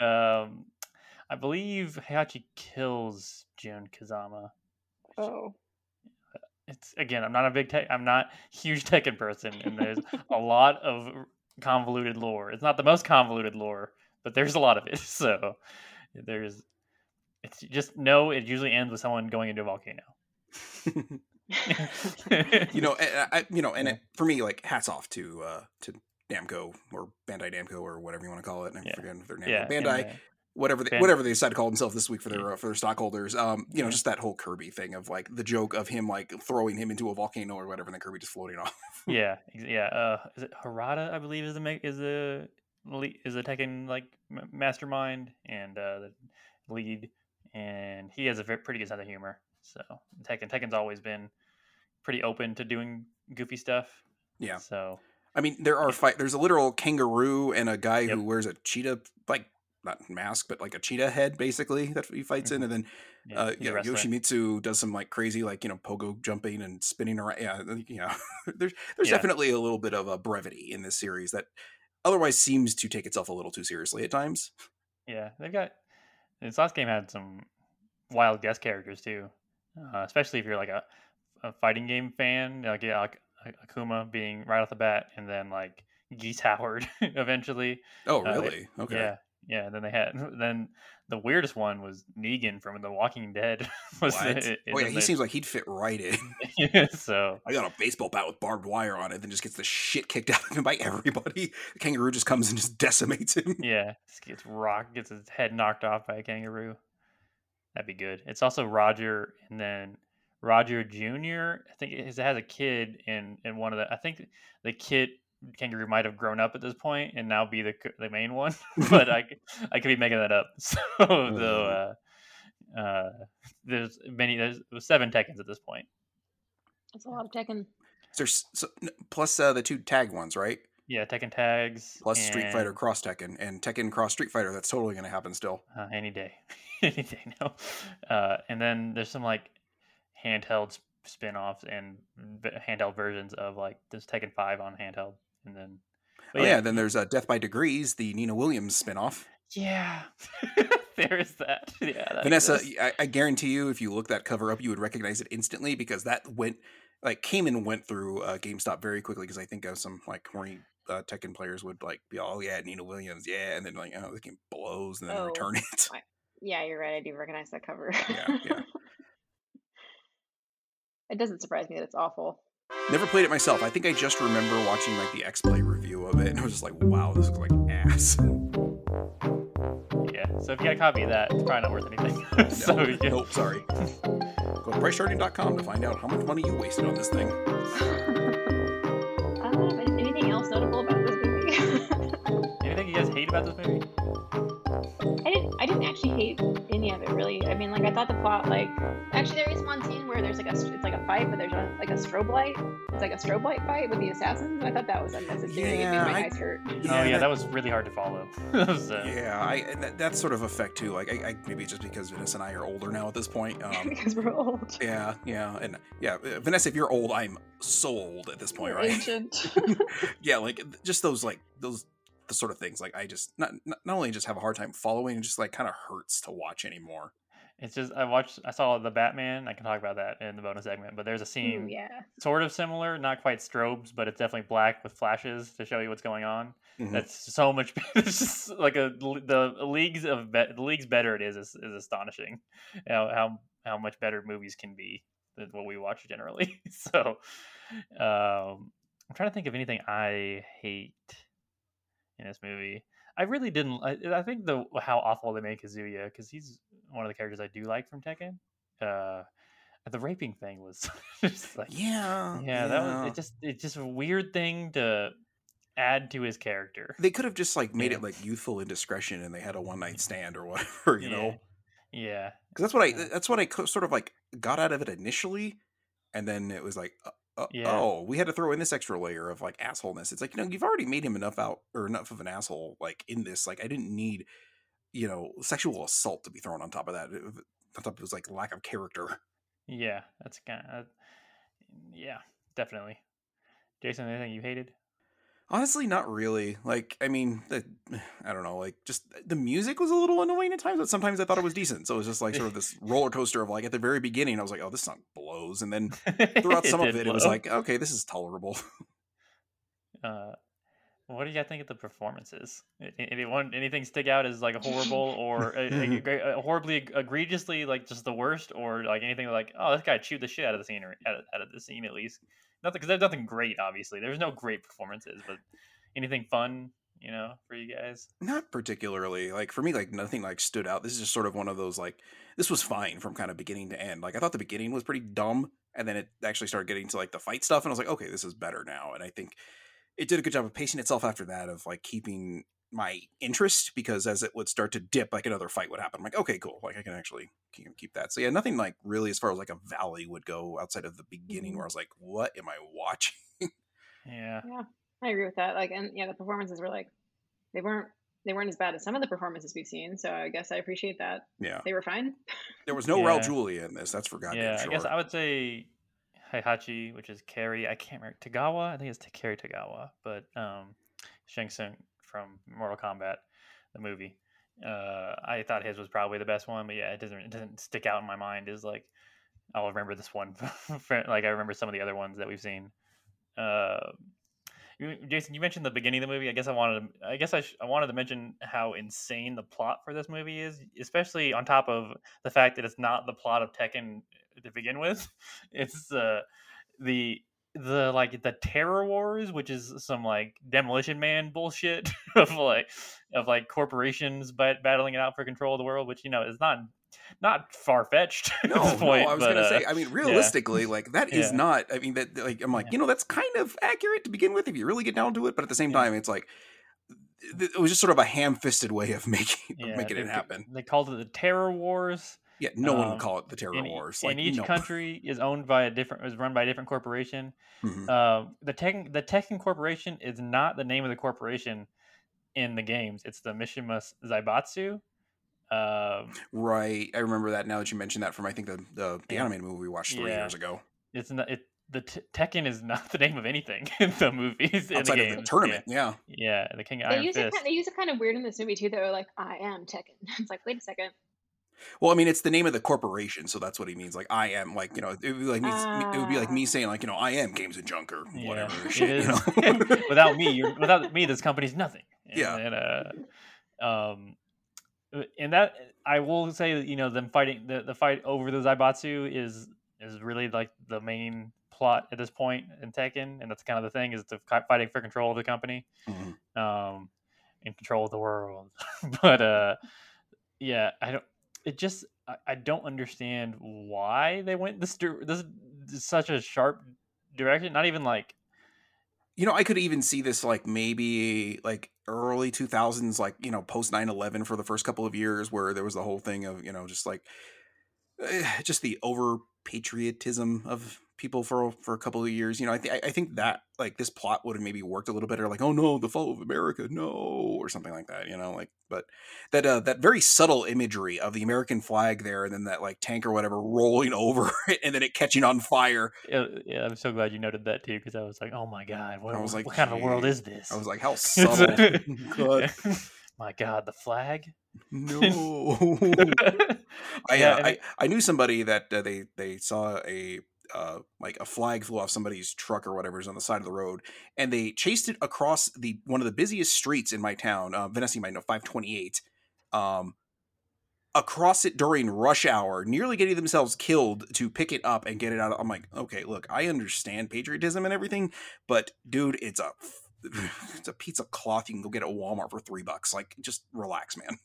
S3: Uh,
S2: um, I believe Heihachi kills Jun Kazama.
S1: Oh,
S2: It's again, I'm not a big tech, I'm not huge Tekken person, and there's a lot of r- convoluted lore. It's not the most convoluted lore, but there's a lot of it. So there's, it's just no. It usually ends with someone going into a volcano.
S3: uh, you know, and I, you know, and
S2: Yeah.
S3: it, for me, like hats off to uh, to Namco or Bandai Namco or whatever you want to call it. I'm
S2: Yeah.
S3: forgetting if they're Namco,
S2: yeah, and,
S3: Bandai,
S2: uh,
S3: whatever they,
S2: Ban-
S3: whatever they decide to call themselves this week for their
S2: Yeah.
S3: uh, for their stockholders. Um, you know,
S2: Yeah.
S3: just that whole Kirby thing of like the joke of him like throwing him into a volcano or whatever, and then Kirby just floating off.
S2: yeah, ex- yeah. Uh, is it Harada? I believe is the ma- is the le- is the Tekken like m- mastermind and uh, the lead, and he has a ve- pretty good sense of humor. So Tekken Tekken's always been pretty open to doing goofy stuff.
S3: Yeah.
S2: So
S3: I mean, there are fight. There's a literal kangaroo and a guy
S2: Yep.
S3: who wears a cheetah like not mask, but like a cheetah head basically that he fights in,
S2: Mhm.
S3: and then
S2: yeah,
S3: uh,
S2: he's a
S3: you know,
S2: wrestler.
S3: Yoshimitsu does some like crazy, like you know, pogo jumping and spinning around. Yeah, like, you know, there's there's
S2: Yeah.
S3: definitely a little bit of a brevity in this series that otherwise seems to take itself a little too seriously at times.
S2: Yeah, they've got this last game had some wild guest characters too, uh, especially if you're like a, a fighting game fan, like yeah, like A- Akuma being right off the bat, and then like Geese Howard eventually.
S3: Oh,
S2: Uh, it-
S3: really? okay.
S2: Yeah, yeah. Then they had then the weirdest one was Negan from The Walking Dead. was
S3: What?
S2: the-
S3: oh, yeah,
S2: in
S3: he
S2: the-
S3: seems like he'd fit right in.
S2: so
S3: I got a baseball bat with barbed wire on it, then just gets the shit kicked out of him by everybody. The kangaroo just comes and just decimates him.
S2: yeah, just gets rocked, gets his head knocked off by a kangaroo. That'd be good. It's also Roger, and then Roger Junior. I think it has- it has a kid, and and one of the I think the kid kangaroo might have grown up at this point and now be the c- the main one. but I c- I could be making that up. So the
S3: Mm.
S2: uh, uh, there's many there's seven Tekkens at this point.
S1: that's a lot of Tekken.
S3: There's so, n- plus uh, the two tag ones, right?
S2: Yeah, Tekken tags
S3: Plus Street Fighter
S2: and-
S3: Cross Tekken and Tekken Cross Street Fighter. That's totally going to happen still.
S2: uh, any day, any day now. Uh, and then there's some like handheld s- spin-offs and v- handheld versions of like this Tekken Five on handheld, and then but
S3: oh yeah, then there's uh, Death by Degrees, the Nina Williams spinoff.
S2: yeah, there is that. Yeah, that
S3: Vanessa,
S2: exists.
S3: I, I guarantee you, if you look that cover up, you would recognize it instantly because that went like came and went through uh, GameStop very quickly. Because I think uh, some like horny uh, Tekken players would like be, oh yeah, Nina Williams, yeah, and then like oh the game blows and then
S1: Oh.
S3: return it.
S1: Yeah, you're right. I do recognize that cover.
S3: Yeah, yeah.
S1: it doesn't surprise me that it's awful.
S3: Never played it myself. I think I just remember watching like the X Play review of it, and I was just like, wow, this is like ass.
S2: yeah. So if you got a copy of that, it's probably not worth anything. so
S3: No,
S2: yeah.
S3: nope, sorry. Go to pricecharting.com to find out how much money you wasted on this thing.
S2: Oh,
S1: Um, an- anything else notable about this movie?
S2: anything you guys hate about this movie?
S1: I didn't. I didn't actually hate any of it really. I mean, like I thought the plot, like actually there is one scene where there's like a it's like a fight, but there's a, like a strobe light. It's like a strobe light fight with the assassins. And I thought that was unnecessary. it
S3: Yeah,
S1: made my
S3: I-
S1: eyes hurt.
S2: oh yeah, that was really hard to follow. so,
S3: Yeah, I and that, that sort of effect too. Like, I, I maybe just because Vanessa and I are older now at this point. Um,
S1: because we're old.
S3: yeah, yeah, and yeah, uh, Vanessa, if you're old, I'm so old at this point,
S1: We're
S3: right?
S1: Ancient.
S3: yeah, like th- just those, like those, the sort of things. Like, I just not not, not only just have a hard time following, it just like kind of hurts to watch anymore.
S2: It's just I watched, I saw the Batman. I can talk about that in the bonus segment. But there's a scene
S1: Ooh, yeah.
S2: sort of similar, not quite strobes, but it's definitely black with flashes to show you what's going on.
S3: Mhm.
S2: That's so much. It's just like a the leagues of be, the leagues better it is is, is astonishing. How, how how much better movies can be than what we watch generally. so, um, I'm trying to think of anything I hate in this movie. I really didn't. I, I think the how awful they made Kazuya because he's one of the characters I do like from Tekken. Uh, the raping thing was just like
S3: Uh, Yeah,
S2: yeah, that was it just it's just a weird thing to add to his character.
S3: They could have just like made
S2: Yeah.
S3: it like youthful indiscretion, and they had a one night stand or whatever, you
S2: Yeah.
S3: know.
S2: Yeah.
S3: because that's what I
S2: Yeah.
S3: that's what I co- sort of like got out of it initially, and then it was like, uh, uh,
S2: Yeah.
S3: oh, we had to throw in this extra layer of like assholeness. It's like, you know, you've already made him enough out or enough of an asshole like in this. Like, I didn't need, you know, sexual assault to be thrown on top of that. It- on top of his like lack of character.
S2: Yeah, that's kind of yeah, definitely. Jason, anything you hated?
S3: Honestly, not really. Like, I mean, the, I don't know. Like, just uh, the music was a little annoying at times, but sometimes I thought it was decent. So it was just like sort of this roller coaster of like at the very beginning, I was like, oh, this song blows, and then throughout some of
S2: did
S3: it, it was
S2: blow.
S3: like, okay, this is tolerable.
S2: uh, what do you think of the performances? A- a- Anyone, anything stick out as like horrible or uh, eg- egre- uh, horribly eg- egregiously like just the worst, or like anything like, oh, this guy chewed the shit out of the scene, or out of, out of the scene at least. Nothing, because there's nothing great. Obviously, there's no great performances, but anything fun, you know, for you guys.
S3: not particularly like for me like nothing like stood out this is just sort of one of those like this was fine from kind of beginning to end like i thought the beginning was pretty dumb and then it actually started getting to like the fight stuff and i was like okay this is better now and i think it did a good job of pacing itself after that of like keeping my interest because as it would start to dip like another fight would happen i'm like okay cool like i can actually keep keep that so yeah nothing like really as far as like a valley would go outside of the beginning
S1: Mhm.
S2: Mm-hmm.
S3: where i was like what am i watching
S2: Yeah,
S1: I agree with that. Like, and yeah, the performances were like, they weren't they weren't as bad as some of the performances we've seen. So I guess I appreciate that
S3: yeah
S1: they were fine.
S3: there was no raul
S2: Yeah.
S3: julia in this that's for goddamn
S2: yeah.
S3: sure
S2: I guess I would say Heihachi, which is Carrie. I can't remember Tagawa. I think it's Ta- Carrie Tagawa, but um, Shang Tsung from Mortal Kombat, the movie. Uh, I thought his was probably the best one, but yeah, it doesn't it doesn't stick out in my mind. Is like I'll remember this one. for- like I remember some of the other ones that we've seen. Uh, you, Jason, you mentioned the beginning of the movie. I guess I wanted to. I guess I, sh- I wanted to mention how insane the plot for this movie is, especially on top of the fact that it's not the plot of Tekken to begin with. It's uh, the the like the terror wars which is some like demolition man bullshit of like of like corporations but battling it out for control of the world which you know is not not far-fetched at
S3: no,
S2: this point
S3: no, I was
S2: but,
S3: gonna
S2: uh,
S3: say. I mean, realistically, like that is
S2: Yeah.
S3: not. I mean, that like I'm like,
S2: Yeah.
S3: you know, that's kind of accurate to begin with if you really get down to it. But at the same
S2: Yeah.
S3: time, it's like th- it was just sort of a ham-fisted way of making of
S2: yeah,
S3: making
S2: they-
S3: it happen.
S2: they called it the terror wars
S3: Yeah, no one
S2: um,
S3: would call it the Terror
S2: and, e-
S3: Wars.
S2: and
S3: Like
S2: each
S3: no.
S2: country is owned by a different is run by a different corporation
S3: Mhm.
S2: Um, the Tekken the Tekken Corporation is not the name of the corporation in the games. It's the Mishima Zaibatsu. Um,
S3: right. I remember that now that you mentioned that from I think the the, the
S2: Yeah.
S3: animated movie we watched three
S2: Yeah.
S3: years ago.
S2: it's not it. The t- Tekken is not the name of anything in the movies. In
S3: Outside
S2: the
S3: of
S2: games.
S3: the tournament, yeah.
S2: Yeah, yeah the King of
S1: They
S2: Iron
S1: use it.
S2: Fist.
S1: Kind, they use it kind of weird in this movie too. They were like, "I am Tekken." It's like, wait a second.
S3: Well, I mean, it's the name of the corporation, so that's what he means. Like I am, like you know, it would be like me, it would be like me
S1: Ah.
S3: saying like you know, I am Games and Junk or
S2: Yeah,
S3: whatever
S2: it
S3: shit. You
S2: is.
S3: know? Mm-hmm.
S2: without me, you're, without me, this company's nothing. And,
S3: Yeah.
S2: then, uh, um, and that I will say that you know them fighting the, the fight over the Zaibatsu is is really like the main plot at this point in Tekken, and that's kind of the thing is the fi- fighting for control of the company
S3: Mhm.
S2: um, and control of the world. but uh, yeah, I don't. It just I, I don't understand why they went this dir- this such a sharp direction. Not even like
S3: you know, I could even see this like maybe like early 2000s, like, you know, post 9 11 for the first couple of years where there was the whole thing of, you know, just like eh, just the over patriotism of people for for a couple of years. You know, I, th- I think that like this plot would have maybe worked a little better, like, oh no, the fall of America, no, or something like that, you know, like, but that, uh, that very subtle imagery of the American flag there and then that like tank or whatever rolling over it and then it catching on fire
S2: Yeah, yeah, I'm so glad you noted that too, because I was like, "Oh my god, what,
S3: I was
S2: what-
S3: like,
S2: what kind of a world
S3: "Gee."
S2: is this?"
S3: I was like, how
S2: It's-
S3: subtle. God,
S2: my god, the flag.
S3: no. I,
S2: Yeah,
S3: uh,
S2: and
S3: I
S2: it-
S3: I knew somebody that uh, they they saw a uh, like a flag flew off somebody's truck or whatever's on the side of the road, and they chased it across the one of the busiest streets in my town. Uh, Vanessa, you might know five twenty eight. Um, across it during rush hour, nearly getting themselves killed to pick it up and get it out. I'm like, okay, look, I understand patriotism and everything, but dude, it's a it's a pizza cloth you can go get at Walmart for three bucks. Like, just relax, man.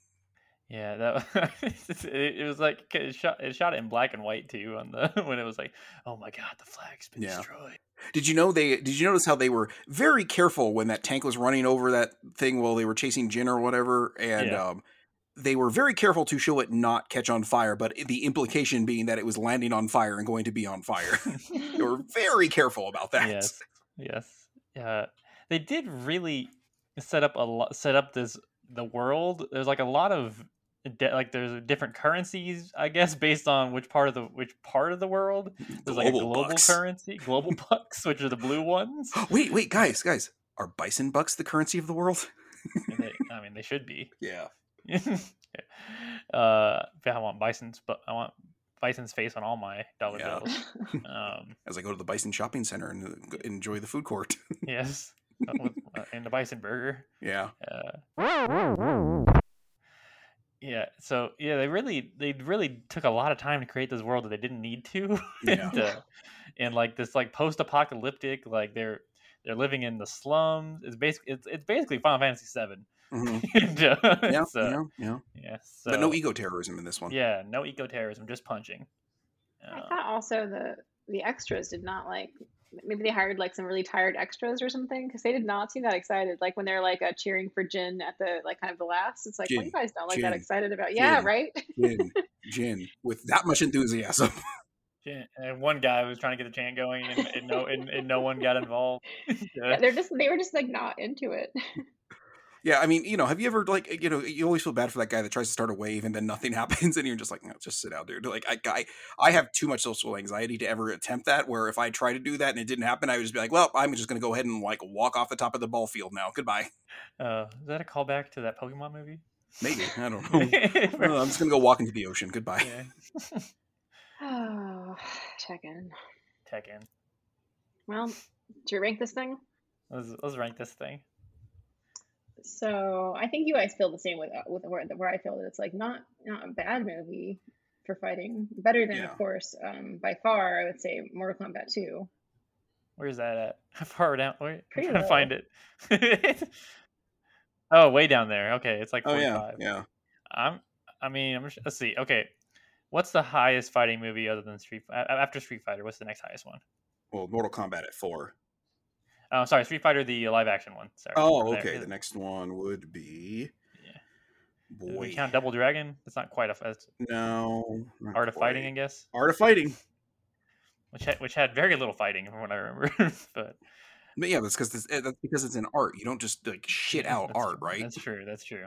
S2: yeah, that it, it was like 'cause it shot, it shot it in black and white too on the when it was like, "Oh my god, the flag's been
S3: Yeah.
S2: destroyed."
S3: Did you know they? Did you notice how they were very careful when that tank was running over that thing while they were chasing Jin or whatever? And
S2: Yeah.
S3: um, they were very careful to show it not catch on fire, but the implication being that it was landing on fire and going to be on fire. they were very careful about that.
S2: Yes, yes. Uh, they did really set up a lot. Set up this the world. There's like a lot of de- like there's different currencies, I guess, based on which part of the which part of the world. There's like a
S3: Global
S2: global
S3: bucks.
S2: currency, global bucks, which are the blue ones.
S3: Wait, wait, guys, guys, are bison bucks the currency of the world?
S2: And they, I mean, they should be.
S3: Yeah.
S2: uh, but I want bison's, but I want bison's face on all my dollar
S3: Yeah.
S2: bills. Um,
S3: As I go to the bison shopping center and uh, go- enjoy the food court.
S2: yes, Uh, with- uh, and the bison burger.
S3: yeah.
S2: Uh, yeah. So yeah, they really they really took a lot of time to create this world that they didn't need to.
S3: Yeah.
S2: and, uh, and like this like post apocalyptic like they're they're living in the slums. It's basically it's, it's basically Final Fantasy Seven.
S3: Mhm.
S2: and, uh,
S3: Yeah,
S2: so,
S3: yeah, yeah.
S2: yeah,
S3: but no
S2: so-
S3: ego terrorism in this one.
S2: Yeah, no eco terrorism, just punching.
S1: I
S2: Uh,
S1: thought also the the extras did not like maybe they hired like some really tired extras or something because they did not seem that excited. Like when they're like uh, cheering for Jin at the like kind of the last, it's like, well,
S3: Jin,
S1: you guys not like that
S3: Jin,
S1: excited about? Yeah,
S3: Jin.
S1: right.
S3: Gin, gin, with that much enthusiasm.
S2: Chan- and uh, one guy was trying to get the chant going, and, and no, and, and no one got involved. Yeah.
S1: They're just they were just like not into it.
S3: yeah, I mean, you know, have you ever like, you know, you always feel bad for that guy that tries to start a wave and then nothing happens, and you're just like, no, just sit down, dude. Like, I, I, I have too much social anxiety to ever attempt that. Where if I try to do that and it didn't happen, I would just be like, well, I'm just gonna go ahead and like walk off the top of the ball field now. Goodbye.
S2: Uh, is that a callback to that Pokemon movie?
S3: Maybe I don't know.
S2: Where-
S3: Uh, I'm just gonna go walk into the ocean. Goodbye.
S2: yeah.
S1: Oh, check in.
S2: Tekken.
S1: Well, do you rank this thing?
S2: Let's, let's rank this thing.
S1: So I think you guys feel the same with with where, where I feel that it's like not not a bad movie for fighting. Better than,
S3: Yeah.
S1: of course, um, by far, I would say Mortal Kombat Two.
S2: Where's that at? How far down? Wait, I'm
S1: Pretty
S2: trying to find it. oh, way down there. Okay, it's like
S3: Oh
S2: 45.
S3: yeah, yeah.
S2: I'm. I mean, I'm, just- let's see. Okay, what's the highest fighting movie other than Street? a- After Street Fighter, what's the next highest one?
S3: Well, Mortal Kombat at four.
S2: Oh, sorry, Street Fighter, the live action one. Sorry.
S3: Oh,
S2: There.
S3: okay. The
S2: Is-
S3: next one would be.
S2: Yeah. Did
S3: Boy,
S2: we count Double Dragon? It's not quite a that's
S3: no. not
S2: Art of Fighting, I
S3: quite.
S2: guess,
S3: Art of Fighting.
S2: which had, which had very little fighting from what I remember. but
S3: But yeah, that's because that's because it's an art. You don't just like shit out
S2: that's
S3: art,
S2: true.
S3: right?
S2: That's true. That's true.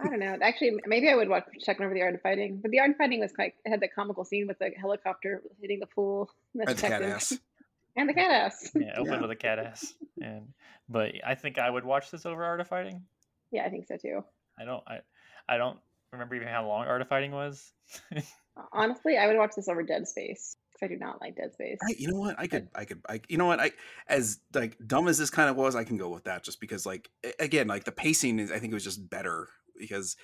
S1: I don't know. Actually, maybe I would watch checking over the art of fighting, but the art of fighting was quite it had the comical scene with the helicopter hitting the pool. and
S3: That's
S1: Tekken.
S3: badass.
S1: And the cat ass.
S2: Yeah, open
S3: Yeah.
S2: with a cat ass. And but I think I would watch this over Art of Fighting.
S1: Yeah, I think so too.
S2: I don't. I I don't remember even how long Art of Fighting was.
S1: Honestly, I would watch this over Dead Space because I do not like Dead Space.
S3: I, you know what? I could, I could, I, you know what? I, as like dumb as this kind of was, I can go with that just because, like, a- again, like the pacing is, I think it was just better because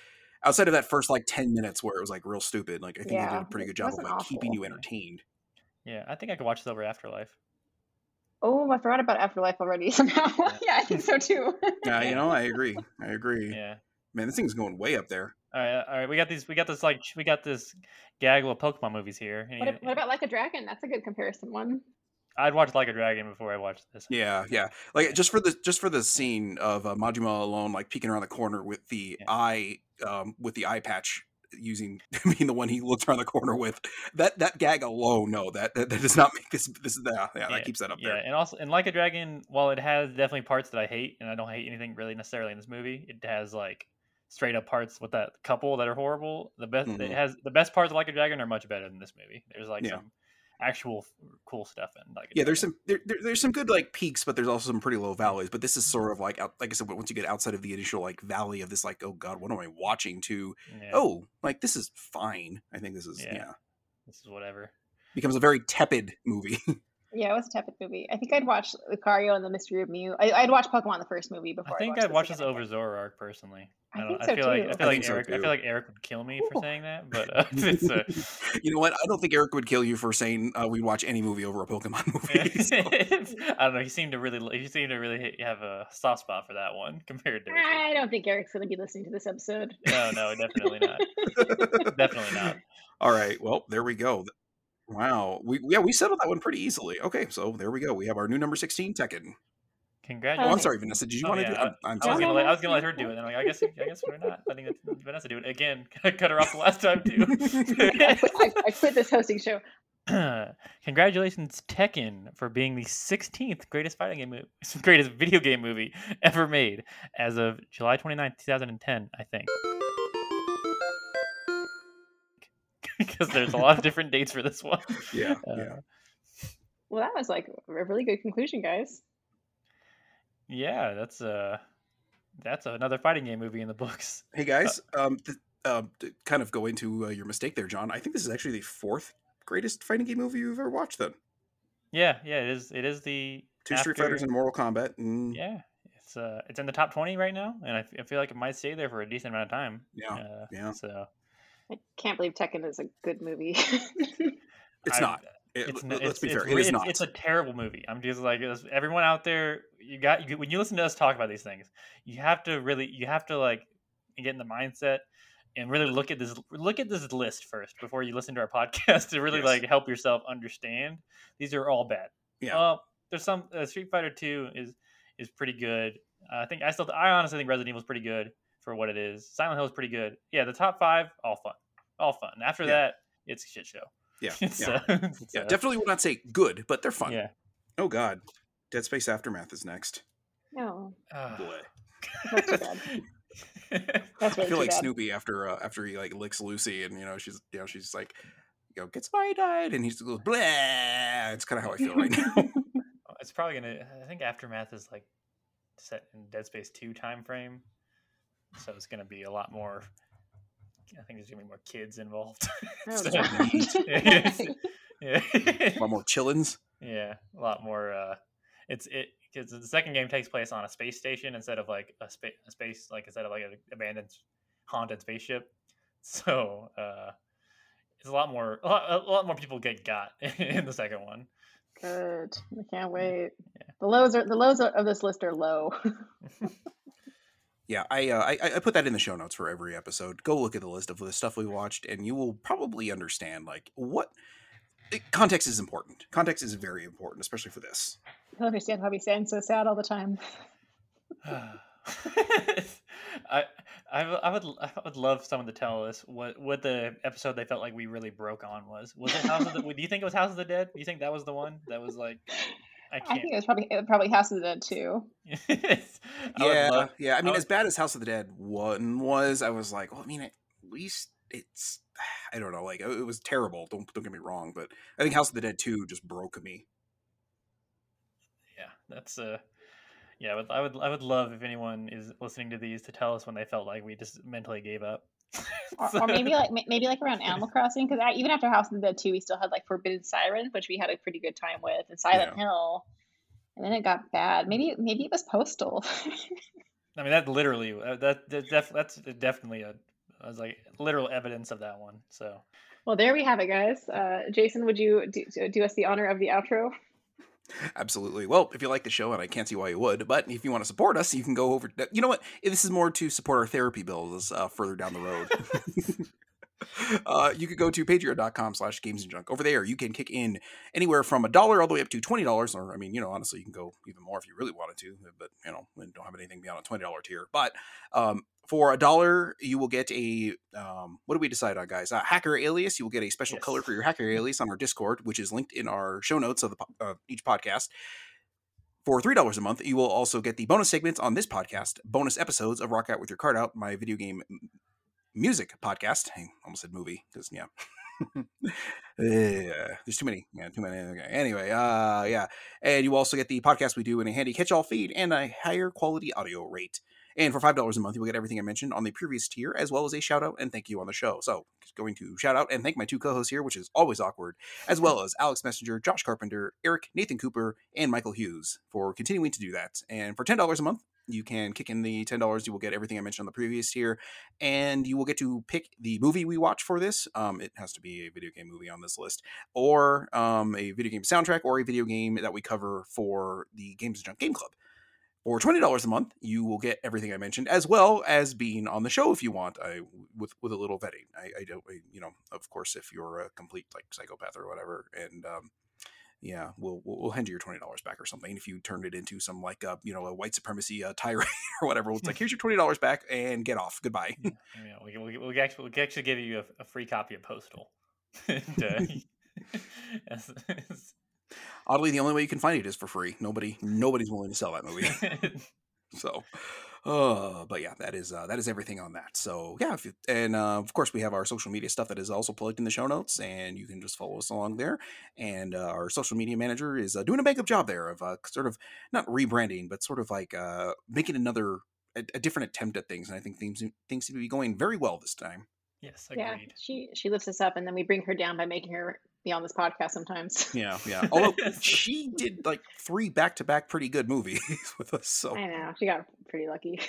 S3: outside of that first like 10 minutes where it was like real stupid, like, I think they
S1: Yeah,
S3: did a pretty
S1: it
S3: good job of
S1: wasn't
S3: like keeping
S1: awful.
S3: you entertained.
S2: yeah, I think I could watch this over Afterlife.
S1: Oh, I forgot about Afterlife already somehow. yeah, I think so too.
S3: Yeah, you know, I agree. I agree.
S2: Yeah.
S3: Man, this thing's going way up there.
S2: All right. All right. uh, We got these. We got this. Like we got this gaggle of Pokemon movies here. and
S1: what,
S2: you-
S1: ab- what about Like a Dragon? That's a good comparison one.
S2: I'd watch Like a Dragon before I watched this.
S3: Yeah, yeah. Like just for the just for the scene of uh, Majima alone, like peeking around the corner with the
S2: Yeah.
S3: eye, um, with the eye patch, using being the one he looked around the corner with. That that gag alone, no, that that, that does not make this. This is yeah, yeah,
S2: Yeah,
S3: that keeps that up
S2: Yeah,
S3: there.
S2: and also, and Like a Dragon, while it has definitely parts that I hate, and I don't hate anything really necessarily in this movie, it has like straight up parts with that couple that are horrible. The best
S3: Mhm.
S2: it has the best parts of Like a Dragon are much better than this movie. There's like
S3: Yeah.
S2: some actual f- cool stuff in like.
S3: Yeah, there's some there, there- there's some good like peaks, but there's also some pretty low valleys. But this
S2: Mm-hmm.
S3: is sort of like out, like I said, once you get outside of the initial like valley of this, like oh god, what am I watching? To
S2: Yeah,
S3: oh, like this is fine. I think this is
S2: Yeah.
S3: yeah,
S2: this is whatever.
S3: becomes a very tepid movie.
S1: Yeah, it was a tepid movie. I think I'd watch Lucario and the Mystery of Mew. I, I'd watch Pokemon the first movie before.
S2: I think
S1: watched
S2: I'd watch
S1: again,
S2: this
S1: I
S2: over Zoroark personally.
S1: I
S2: don't.
S1: think
S2: I
S1: so
S2: feel
S1: too.
S2: like I feel
S3: I
S2: like
S3: think so
S2: Eric. I
S3: too.
S2: feel like Eric would kill me for
S1: Cool.
S2: saying that, but uh, it's uh,
S3: you know what? I don't think Eric would kill you for saying uh, we'd watch any movie over a Pokemon movie. so-
S2: I don't know. He seemed to really. He seemed to really have a soft spot for that one compared to.
S1: I don't think Eric's going to be listening to this episode.
S2: No, no, definitely not. definitely not.
S3: All right. Well, there we go. Wow. We yeah, we settled that one pretty easily. Okay, so there we go. We have our new number sixteen Tekken.
S2: Congratulations.
S3: Oh, I'm sorry, Vanessa. Did you
S2: Oh,
S3: want
S2: yeah,
S3: to do? I'm,
S2: I
S3: I'm
S2: was
S1: No,
S3: sorry.
S2: gonna
S1: no,
S2: let I
S1: no,
S2: was gonna let her
S1: keep
S2: do it,
S1: going.
S2: and I'm like, I guess I guess we're not letting it- Vanessa do it again. I cut her off the last time
S1: I
S2: too.
S1: quit, I, I quit this hosting show.
S2: Congratulations, Tekken, for being the 16th greatest fighting game, mo- greatest video game movie ever made, as of July 29th, 2010, I think. Because there's a lot of different dates for this one.
S3: Yeah,
S2: Uh,
S3: yeah.
S1: Well, that was like a really good conclusion, guys.
S2: Yeah, that's uh that's another fighting game movie in the books.
S3: Hey guys,
S2: uh
S3: um, th- um, to kind of go into uh, your mistake there, John. I think this is actually the fourth greatest fighting game movie you've ever watched. Then
S2: Yeah, yeah, it is. It is the
S3: two Street
S2: after-
S3: Fighters and Mortal Kombat, and yeah,
S2: Yeah, it's uh it's in the top 20 right now, and I, f- I feel like it might stay there for a decent amount of time.
S3: yeah.
S2: Uh, So
S1: I can't believe Tekken is a good movie.
S3: It's
S2: I-
S3: not. It-
S2: it's,
S3: let-
S2: n-
S3: let's
S2: it's,
S3: be
S2: it's
S3: fair.
S2: re-
S3: It is
S2: it's-
S3: not.
S2: It's a terrible movie. I'm just like it's- everyone out there. You got you, when you listen to us talk about these things, you have to really you have to like get in the mindset and really look at this look at this list first before you listen to our podcast to really
S3: Yes.
S2: like help yourself understand. These are all bad.
S3: Yeah.
S2: Uh, there's some uh, Street Fighter Two is is pretty good. Uh, I think I still I honestly think Resident Evil is pretty good for what it is. Silent Hill is pretty good. Yeah, the top five all fun, all fun. After
S3: Yeah.
S2: that, it's a shit show.
S3: yeah,
S2: It's,
S3: yeah,
S2: uh, it's,
S3: yeah.
S2: uh,
S3: Definitely would not say good, but they're fun.
S2: yeah.
S3: Oh God, Dead Space Aftermath is next.
S1: no,
S2: Ah.
S3: Boy,
S1: not too bad. That's
S3: I
S1: really
S3: feel
S1: too
S3: like
S1: bad.
S3: Snoopy after uh, after he like licks Lucy, and you know she's you know she's like, you know, get some iodine, and he's goes blah. It's kind of how I feel right now.
S2: it's probably gonna. I think Aftermath is like set in Dead Space two time frame, so it's gonna be a lot more. I think there's gonna be more kids involved.
S1: Oh,
S2: So-
S1: God.
S2: Yes. yeah,
S3: A lot more chillins.
S2: yeah, a lot more. Uh, it's it because the second game takes place on a space station instead of like a, spa- a space like instead of like an abandoned haunted spaceship. So uh, it's a lot more. A lot, a lot more people get got in the second one.
S1: Good. I can't wait. The lows are the lows of this list are low.
S3: Yeah, I, uh, I I- I put that in the show notes for every episode. Go look at the list of the stuff we watched, and you will probably understand like what eh, context is important. Context is very important, especially for this.
S1: I don't understand why we sound so sad all the time.
S2: I, I w- I would l- I would love someone to tell us what, what the episode they felt like we really broke on was. Was it House of the? Do you think it was House of the Dead? Do you think that was the one that was like, I
S1: I
S2: can't.
S1: think it was probably it probably House of the Dead too.
S2: I would
S3: yeah,
S2: love-
S3: yeah. I mean,
S2: would-
S3: as bad as House of the Dead one was, I was like, well, I mean, at least it's I don't know, like it was terrible. Don't don't get me wrong, but I think House of the Dead two just broke me.
S2: yeah. That's uh, yeah. I would, I would I would love if anyone is listening to these to tell us when they felt like we just mentally gave up.
S1: Or, or maybe like ma- maybe like around Animal Crossing because even after House of the Dead two, we still had like Forbidden Siren, which we had a pretty good time with, and Silent Hill. And then it got bad. Maybe maybe it was Postal.
S2: I mean, that literally uh, that, that def, that's definitely a. I was like literal evidence of that one. So.
S1: well, there we have it, guys. Uh, Jason, would you do, do us the honor of the outro?
S3: Absolutely. Well, if you like the show, and I can't see why you would, but if you want to support us, you can go over. You know what? This is more to support our therapy bills uh, further down the road. uh, you could go to patreon.com slash games and junk. Over there, you can kick in anywhere from a dollar all the way up to $20. Or, I mean, you know, honestly, you can go even more if you really wanted to, but, you know, we don't have anything beyond a $20 tier. But um, for a dollar, you will get a, um, what do we decide on, guys? Uh, hacker alias. You will get a special
S2: Yes.
S3: color for your hacker alias on our Discord, which is linked in our show notes of the po- of each podcast. For $3 a month, you will also get the bonus segments on this podcast, bonus episodes of Rock Out With Your Card Out, my video game m- music podcast. I almost said movie, because, yeah. yeah. Eh, There's too many. Yeah, too many. Okay. Anyway, uh, yeah. And you also get the podcast we do in a handy catch all feed and a higher quality audio rate. And for $5 a month, you will get everything I mentioned on the previous tier, as well as a shout out and thank you on the show. So, just going to shout out and thank my two co hosts here, which is always awkward as well as Alex Messenger, Josh Carpenter, Eric, Nathan Cooper, and Michael Hughes for continuing to do that. And for $10 a month, you can kick in the $10. You will get everything I mentioned on the previous tier, and you will get to pick the movie we watch for this. Um, it has to be a video game movie on this list, or um, a video game soundtrack, or a video game that we cover for the Games and Junk Game Club. For twenty dollars a month, you will get everything I mentioned, as well as being on the show if you want. I with with a little vetting. I, I don't, I- you know, of course, if you're a complete like psychopath or whatever, and um, yeah, we'll we'll, we'll hand you your twenty dollars back or something. If you turned it into some like uh, you know a white supremacy uh, tirade or whatever, it's like here's your twenty dollars back and get off. Goodbye.
S2: Yeah, yeah, we, we, we, can actually, we can actually give you a, a free copy of Postal. and, uh, as- as-
S3: Oddly, the only way you can find it is for free. Nobody nobody's willing to sell that movie. so uh but yeah that is uh that is everything on that so yeah if you, and uh, of course we have our social media stuff that is also plugged in the show notes and you can just follow us along there and uh, our social media manager is uh, doing a bang up job there of uh, sort of not rebranding but sort of like uh making another a, a different attempt at things and i think things things seem to be going very well this time
S2: yes,
S1: yeah,
S2: agreed.
S1: she she lifts us up, and then we bring her down by making her be on this podcast sometimes.
S3: yeah yeah oh, although she did like three back-to-back pretty good movies with us so
S1: I know she got pretty lucky.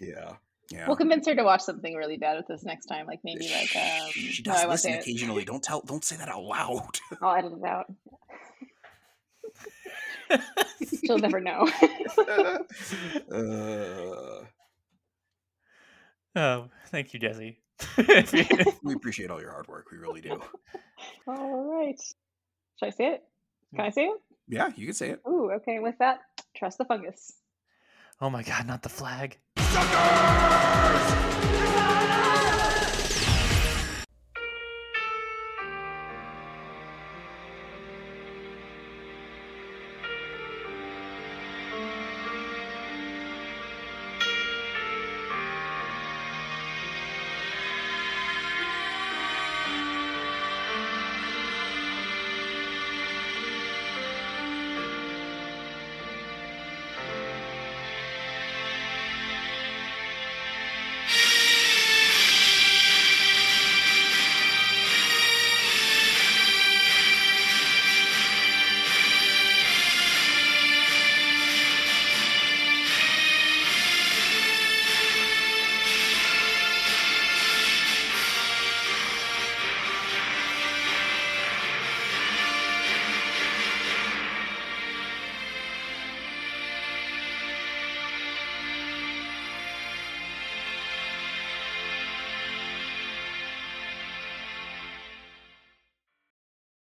S3: yeah yeah
S1: We'll convince her to watch something really bad with us next time, like maybe like um,
S3: she
S1: no,
S3: does
S1: I won't
S3: listen
S1: say it.
S3: occasionally. Don't tell. Don't say that out loud.
S1: I'll edit it out. She'll never know.
S3: uh,
S2: oh, thank you, Jesse.
S3: we appreciate all your hard work. We really do.
S1: All right. Should I say it? Can I say it?
S3: Yeah, you can say it.
S1: Ooh, okay. With that, trust the fungus.
S2: oh my God, not the flag.
S3: Suckers!